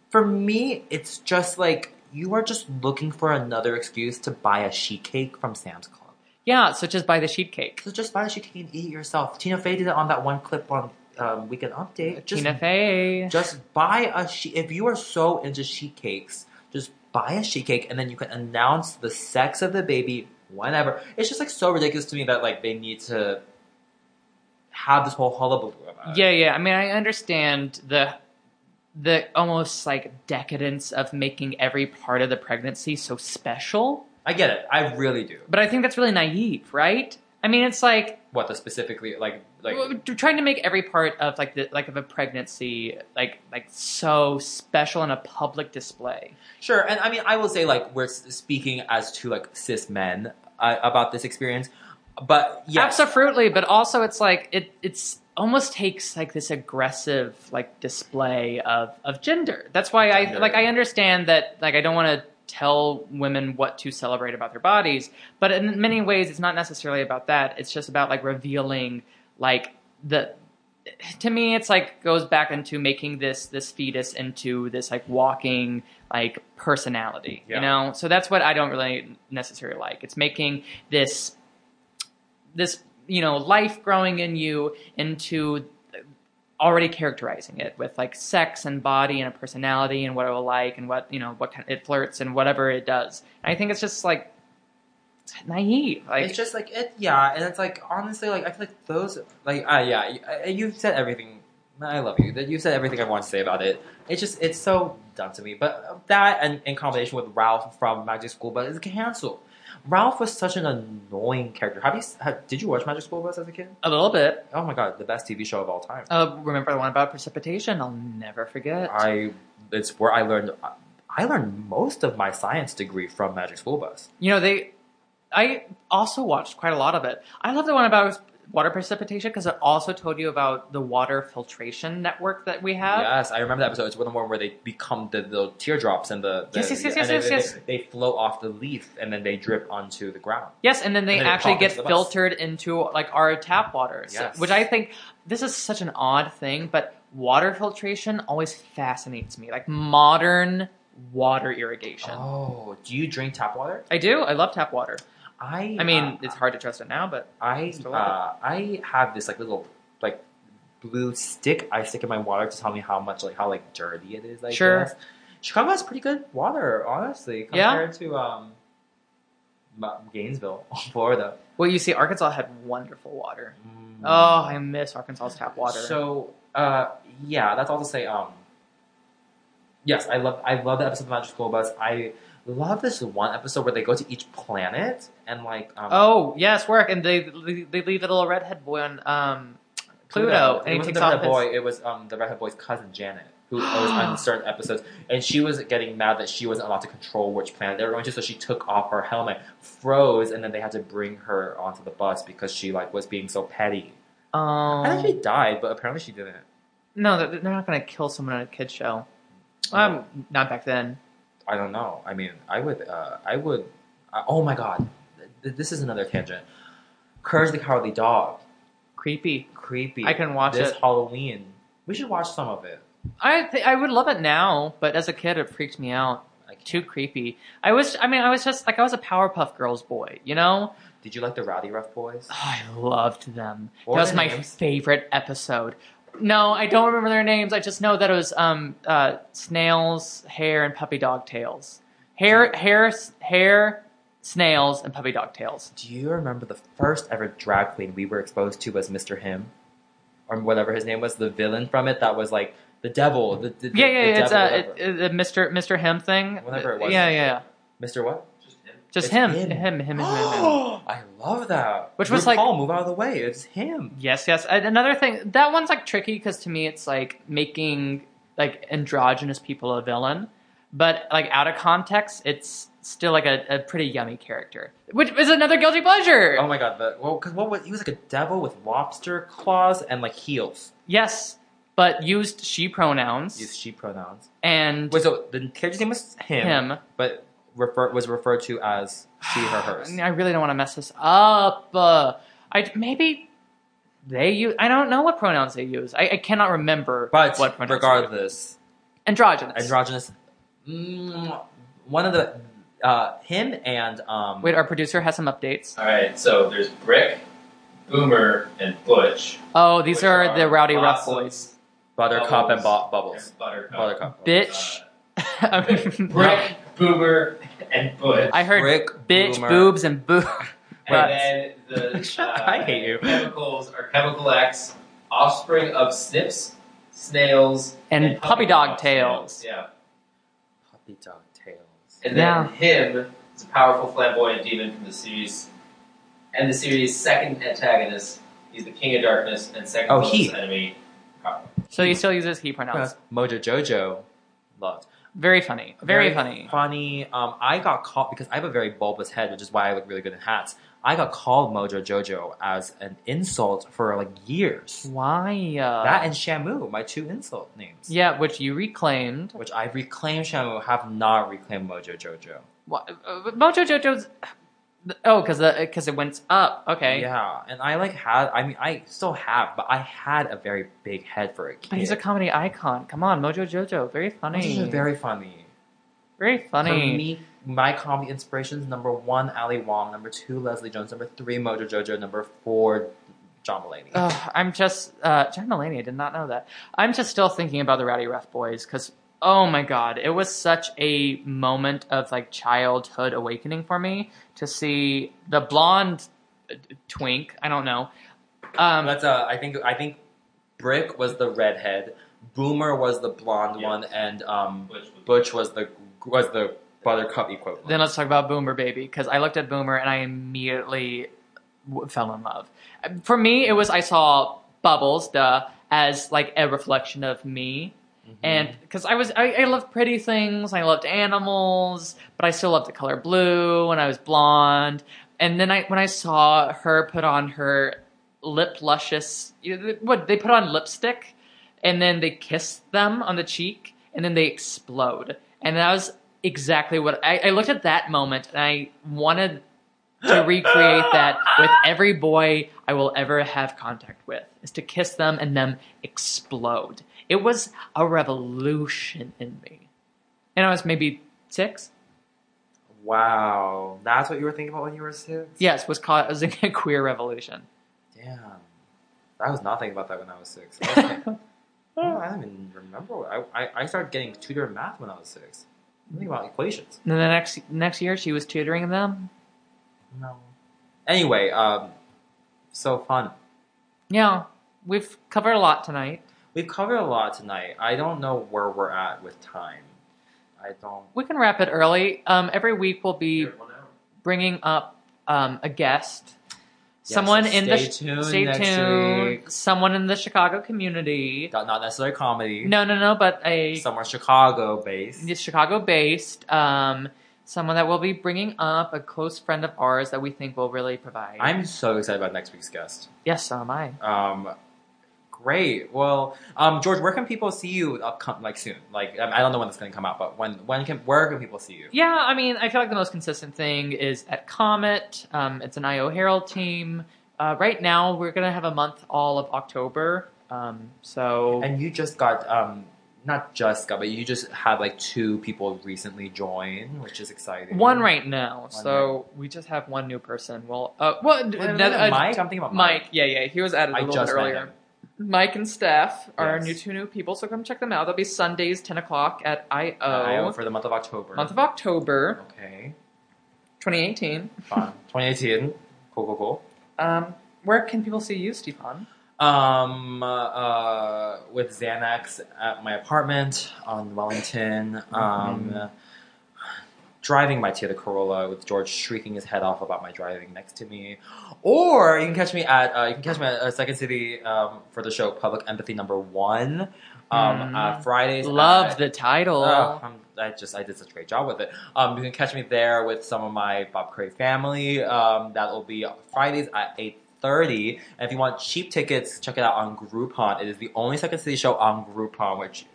[SPEAKER 2] for me, it's just like you are just looking for another excuse to buy a sheet cake from Sam's Club.
[SPEAKER 1] Yeah, such as by the sheet cake.
[SPEAKER 2] So just buy a sheet cake and eat it yourself. Tina Fey did it on that one clip on um, Weekend Update. Just
[SPEAKER 1] Tina Fey.
[SPEAKER 2] just buy a sheet. If you are so into sheet cakes, just buy a sheet cake, and then you can announce the sex of the baby whenever. It's just like so ridiculous to me that like they need to have this whole hullabaloo about it.
[SPEAKER 1] Yeah, yeah. I mean, I understand the the almost like decadence of making every part of the pregnancy so special,
[SPEAKER 2] I get it. I really do.
[SPEAKER 1] but I think that's really naive, right? I mean, it's like
[SPEAKER 2] What the specifically like like
[SPEAKER 1] Well, we're trying to make every part of like the like of a pregnancy like like so special in a public display.
[SPEAKER 2] Sure, and I mean, I will say like we're s- speaking as to like cis men uh, about this experience, but yes,
[SPEAKER 1] Absolutely, but also it's like it it's almost takes like this aggressive like display of of gender. That's why I
[SPEAKER 2] Gender.
[SPEAKER 1] like I understand that like I don't want to tell women what to celebrate about their bodies, but in many ways it's not necessarily about that. It's just about like revealing like the to me it's like goes back into making this this fetus into this like walking like personality you
[SPEAKER 2] Yeah.
[SPEAKER 1] know so that's what i don't really necessarily like it's making this this you know life growing in you into already characterizing it with like sex and body and a personality and what it will like and what you know what kind it flirts and whatever it does i think it's just like it's naive like
[SPEAKER 2] it's just like it, yeah, and it's like honestly, like I feel like those, like ah, yeah, you, I- you've said everything. I love you. That you've said everything I want to say about it. It's just it's so dumb to me. But uh, that, and in combination with Ralph from Magic School Bus, is canceled. Ralph was such an annoying character. Have you s- have, did you watch Magic School Bus as a kid?
[SPEAKER 1] a little bit
[SPEAKER 2] Oh my god, the best TV show of all time.
[SPEAKER 1] uh, remember the one about precipitation i'll never forget
[SPEAKER 2] I it's where I learned I learned most of my science degree from Magic School Bus.
[SPEAKER 1] You know, they. I also watched quite a lot of it. I love the one about water precipitation because it also told you about the water filtration network that we have.
[SPEAKER 2] yes, I remember that episode. It's one of the one where they become the little teardrops and the, the
[SPEAKER 1] Yes, yes, yes,
[SPEAKER 2] and
[SPEAKER 1] yes,
[SPEAKER 2] then
[SPEAKER 1] yes,
[SPEAKER 2] they, They float off the leaf and then they drip onto the ground.
[SPEAKER 1] Yes, and then they
[SPEAKER 2] And then it
[SPEAKER 1] actually
[SPEAKER 2] pop
[SPEAKER 1] get
[SPEAKER 2] into the bus.
[SPEAKER 1] filtered into like our tap water, so-
[SPEAKER 2] Yes.
[SPEAKER 1] which I think this is such an odd thing, but water filtration always fascinates me. Like modern water irrigation.
[SPEAKER 2] Oh, do you drink tap water?
[SPEAKER 1] I do. I love tap water.
[SPEAKER 2] I
[SPEAKER 1] I mean,
[SPEAKER 2] uh,
[SPEAKER 1] it's hard to trust it now, but
[SPEAKER 2] I
[SPEAKER 1] Still
[SPEAKER 2] uh, I have this like little like blue stick I stick in my water to tell me how much like how like dirty it is. I
[SPEAKER 1] Sure.
[SPEAKER 2] guess. Chicago has pretty good water, honestly,
[SPEAKER 1] Yeah.
[SPEAKER 2] compared to um Ma- Gainesville, Florida.
[SPEAKER 1] well, you see, Arkansas had wonderful water.
[SPEAKER 2] Mm.
[SPEAKER 1] Oh, I miss Arkansas's tap water.
[SPEAKER 2] So uh, yeah, that's all to say. Um, yes, I love I love the episode of Magic School Bus. I love this one episode where they go to each planet and like um,
[SPEAKER 1] Oh yes, work, and they they leave a little redhead boy on um Pluto, and he
[SPEAKER 2] it wasn't
[SPEAKER 1] takes
[SPEAKER 2] the redhead
[SPEAKER 1] off his-
[SPEAKER 2] boy. It was um the redhead boy's cousin Janet. who was on certain episodes, and she was getting mad that she wasn't allowed to control which planet they were going to, so she took off her helmet, froze, and then they had to bring her onto the bus because she like was being so petty.
[SPEAKER 1] Um,
[SPEAKER 2] I think she died, but apparently she didn't.
[SPEAKER 1] no, they're they're not going to kill someone on a kid show. Um, not back then.
[SPEAKER 2] I don't know. I mean, I would, uh, I would. I, oh my god, Th- this is another tangent. Courage the Cowardly Dog,
[SPEAKER 1] Creepy.
[SPEAKER 2] creepy.
[SPEAKER 1] I can watch
[SPEAKER 2] this
[SPEAKER 1] it.
[SPEAKER 2] Halloween. We should watch some of it.
[SPEAKER 1] I th- I would love it now, but as a kid, it freaked me out.
[SPEAKER 2] Like,
[SPEAKER 1] Too creepy. I was. I mean, I was just like I was a Powerpuff Girls boy. You know,
[SPEAKER 2] did you like the Rowdy Rough Boys?
[SPEAKER 1] Oh, I loved them. that
[SPEAKER 2] What were
[SPEAKER 1] was
[SPEAKER 2] their
[SPEAKER 1] my
[SPEAKER 2] names?
[SPEAKER 1] favorite episode. No, I don't remember their names. I just know that it was um uh snails, hair, and puppy dog tails.
[SPEAKER 2] Hmm.
[SPEAKER 1] Hair, hair, s- hair, snails, and puppy dog tails.
[SPEAKER 2] Do you remember the first ever drag queen we were exposed to was Mr. Him, or whatever his name was, the villain from it that was like the devil. The, the,
[SPEAKER 1] Yeah,
[SPEAKER 2] the,
[SPEAKER 1] yeah, yeah it's
[SPEAKER 2] devil,
[SPEAKER 1] uh,
[SPEAKER 2] whatever.
[SPEAKER 1] it, it, Mr. Mr. Him thing.
[SPEAKER 2] Whatever it was.
[SPEAKER 1] Yeah, yeah, yeah.
[SPEAKER 2] Mr. What?
[SPEAKER 1] Just
[SPEAKER 2] It's
[SPEAKER 1] him,
[SPEAKER 2] him.
[SPEAKER 1] him, him, him, him. him.
[SPEAKER 2] I love that.
[SPEAKER 1] Which was like-
[SPEAKER 2] Paul, move out of the way. It's him.
[SPEAKER 1] Yes, yes. And another thing, that one's like tricky because to me it's like making like androgynous people a villain, but like out of context, it's still like a, a pretty yummy character, which is another guilty pleasure.
[SPEAKER 2] Oh my god, the well, cause what was he was like a devil with lobster claws and like heels.
[SPEAKER 1] Yes, but used she pronouns
[SPEAKER 2] Use she pronouns.
[SPEAKER 1] and
[SPEAKER 2] Wait, so the character's name was him,
[SPEAKER 1] him.
[SPEAKER 2] but refer was referred to as she, her, hers.
[SPEAKER 1] I really don't want to mess this up. Uh, I maybe they use. I don't know what pronouns they use. I, I cannot remember.
[SPEAKER 2] But
[SPEAKER 1] what pronouns they use.
[SPEAKER 2] regardless,
[SPEAKER 1] androgynous.
[SPEAKER 2] androgynous. Mm, one of the uh, him and um.
[SPEAKER 1] Wait, our producer has some updates.
[SPEAKER 4] All right, so there's Brick, Boomer, and Butch.
[SPEAKER 1] Oh, these
[SPEAKER 4] which
[SPEAKER 1] are, the rowdy rough
[SPEAKER 4] Blossom
[SPEAKER 1] boys.
[SPEAKER 2] Buttercup and bu-
[SPEAKER 4] and
[SPEAKER 2] bubbles.
[SPEAKER 4] Buttercup.
[SPEAKER 2] Buttercup.
[SPEAKER 1] Bitch. I mean,
[SPEAKER 4] Brick, Boomer, and Butch.
[SPEAKER 1] I heard
[SPEAKER 2] Brick,
[SPEAKER 1] bitch,
[SPEAKER 2] Boomer.
[SPEAKER 1] boobs, and boo. but-
[SPEAKER 4] and then the uh,
[SPEAKER 2] I hate you.
[SPEAKER 4] chemicals are Chemical X, offspring of Snips, snails,
[SPEAKER 1] And puppy dog tails.
[SPEAKER 4] Yeah,
[SPEAKER 2] Puppy dog tails.
[SPEAKER 4] and then
[SPEAKER 1] Yeah.
[SPEAKER 4] him is a powerful flamboyant demon from the series, and the series' second antagonist. He's the king of darkness and second
[SPEAKER 2] Oh,
[SPEAKER 4] closest
[SPEAKER 2] he.
[SPEAKER 4] enemy. Copper.
[SPEAKER 1] so he still uses he pronouns.
[SPEAKER 2] Mojo Jojo, loved.
[SPEAKER 1] Very funny. Very, funny.
[SPEAKER 2] Funny. Um, I got called because I have a very bulbous head, which is why I look really good in hats. I got called Mojo Jojo as an insult for like years.
[SPEAKER 1] Why? Uh,
[SPEAKER 2] that and Shamu, my two insult names.
[SPEAKER 1] yeah, which you reclaimed.
[SPEAKER 2] Which I reclaimed Shamu, have not reclaimed Mojo Jojo.
[SPEAKER 1] Wha- uh, Mojo Jojo's. Oh, because because it went up. Okay.
[SPEAKER 2] Yeah, and I like had. I mean, I still have, but I had a very big head for a kid.
[SPEAKER 1] But he's a comedy icon. Come on, Mojo Jojo. Very funny.
[SPEAKER 2] Mojo Jojo, very funny.
[SPEAKER 1] very
[SPEAKER 2] For
[SPEAKER 1] funny.
[SPEAKER 2] me, my comedy inspirations: number one, Ali Wong; number two, Leslie Jones; number three, Mojo Jojo; number four, John Mulaney.
[SPEAKER 1] Ugh, I'm just uh, John Mulaney. I did not know that. I'm just still thinking about the Rowdy Rough Boys because oh my god, it was such a moment of like childhood awakening for me to see the blonde uh, twink. I don't know. Um,
[SPEAKER 2] That's uh, I think I think Brick was the redhead, Boomer was the blonde
[SPEAKER 4] Yeah.
[SPEAKER 2] one, and um,
[SPEAKER 4] Butch was-
[SPEAKER 2] Butch was the was the Buttercup equivalent.
[SPEAKER 1] Then let's talk about Boomer Baby because I looked at Boomer and I immediately w- fell in love. For me, it was I saw Bubbles, duh, as like a reflection of me, and because I was I, I loved pretty things, I loved animals, but I still loved the color blue, and I was blonde. And then I when I saw her put on her lip luscious, you know, what they put on lipstick, and then they kiss them on the cheek, and then they explode, and that was exactly what I, I looked at that moment and I wanted to recreate that with every boy I will ever have contact with is to kiss them and them explode. It was a revolution in me. And I was maybe six.
[SPEAKER 2] wow, that's what you were thinking about when you were six.
[SPEAKER 1] Yes, was causing a queer revolution.
[SPEAKER 2] Damn, I was not thinking about that when I was six. I, was like, oh, I don't even remember. What, I, I I started getting tutored in math when I was six. I'm thinking about equations.
[SPEAKER 1] And then the next next year she was tutoring them.
[SPEAKER 2] No. Anyway, um, so fun.
[SPEAKER 1] Yeah. We've covered a lot tonight.
[SPEAKER 2] We've covered a lot tonight. I don't know where we're at with time. I don't.
[SPEAKER 1] We can wrap it early. Um, every week we'll be
[SPEAKER 4] One hour.
[SPEAKER 1] bringing up um, a guest someone
[SPEAKER 2] so
[SPEAKER 1] in the
[SPEAKER 2] stay
[SPEAKER 1] sh-
[SPEAKER 2] tuned
[SPEAKER 1] stay
[SPEAKER 2] next
[SPEAKER 1] tuned.
[SPEAKER 2] week.
[SPEAKER 1] Someone in the Chicago community.
[SPEAKER 2] Not, not necessarily comedy.
[SPEAKER 1] No, no, no, but a
[SPEAKER 2] Somewhere Chicago based.
[SPEAKER 1] Chicago based um someone that we'll be bringing up a close friend of ours that we think will really provide.
[SPEAKER 2] I'm so excited about next week's guest.
[SPEAKER 1] yes, so am I.
[SPEAKER 2] Um, great. Well, um, George, where can people see you up come, like soon? Like um, I I don't know when it's going to come out, but when when can where can people see you?
[SPEAKER 1] Yeah, I mean, I feel like the most consistent thing is at Comet. Um, it's an IO Herald team. Uh, right now, we're gonna have a month all of October. Um, so
[SPEAKER 2] And you just got um, not just got, but you just had like two people recently join, which is exciting.
[SPEAKER 1] one right now.
[SPEAKER 2] One
[SPEAKER 1] so we just have one new person. Well, uh, well,
[SPEAKER 2] Wait, wait,
[SPEAKER 1] another-
[SPEAKER 2] wait, Mike. I'm thinking about
[SPEAKER 1] Mike, yeah, yeah, he was added a
[SPEAKER 2] I
[SPEAKER 1] little
[SPEAKER 2] just
[SPEAKER 1] bit
[SPEAKER 2] met
[SPEAKER 1] earlier.
[SPEAKER 2] him.
[SPEAKER 1] Mike and Steph are
[SPEAKER 2] Yes.
[SPEAKER 1] new two new people, so come check them out. They'll be Sundays, ten o'clock at IO,
[SPEAKER 2] Iowa for the month of October.
[SPEAKER 1] month of October,
[SPEAKER 2] okay,
[SPEAKER 1] twenty eighteen.
[SPEAKER 2] fun. 2018. Cool, cool, cool.
[SPEAKER 1] Um, where can people see you, Stefan?
[SPEAKER 2] Um, uh, uh, with Xanax at my apartment on Wellington. Um, driving my Toyota Corolla with George shrieking his head off about my driving next to me. Or you can catch me at uh, you can catch me at uh, Second City um, for the show Public Empathy Number One. Um,
[SPEAKER 1] Mm.
[SPEAKER 2] uh, Fridays.
[SPEAKER 1] Love
[SPEAKER 2] at-
[SPEAKER 1] the title.
[SPEAKER 2] Oh, I'm, I just I did such a great job with it. Um, you can catch me there with some of my Bob Cray family. Um, that will be Fridays at eight thirty. And if you want cheap tickets, check it out on Groupon. It is the only Second City show on Groupon, which.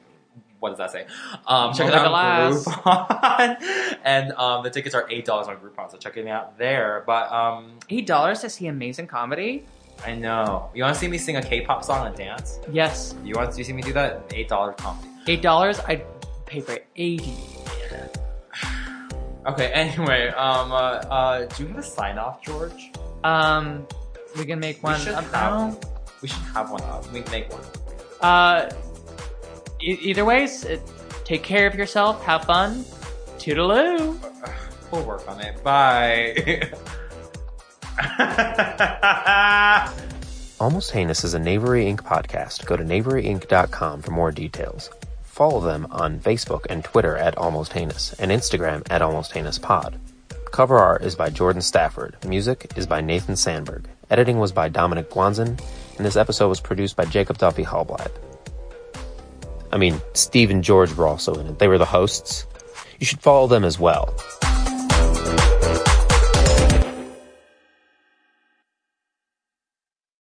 [SPEAKER 2] What does that say? Um, check it out on
[SPEAKER 1] Multi-glass.
[SPEAKER 2] Groupon, and um, the tickets are eight dollars on Groupon. So check it out there. But um,
[SPEAKER 1] Eight dollars to see amazing comedy.
[SPEAKER 2] I know you want to see me sing a K-pop song and dance.
[SPEAKER 1] Yes,
[SPEAKER 2] You want to see me do that? Eight dollars comedy.
[SPEAKER 1] eight dollars. I'd pay for eighty.
[SPEAKER 2] Okay. Anyway, um, uh, uh, do you have a sign off, George?
[SPEAKER 1] Um, we can make one.
[SPEAKER 2] we should
[SPEAKER 1] up now.
[SPEAKER 2] have. We should have one up. We can make one.
[SPEAKER 1] Uh, e- either ways, uh, take care of yourself. Have fun. Toodaloo.
[SPEAKER 2] We'll work on it. Bye.
[SPEAKER 5] Almost Heinous is a Knavery Inc. podcast. Go to knaveryinc.com for more details. Follow them on Facebook and Twitter at Almost Heinous and Instagram at Almost Heinous Pod. Cover art is by Jordan Stafford. Music is by Nathan Sandberg. Editing was by Dominic Guanzin, and this episode was produced by Jacob Duffy Hallblad. I mean, Steve and George were also in it. They were the hosts. You should follow them as well.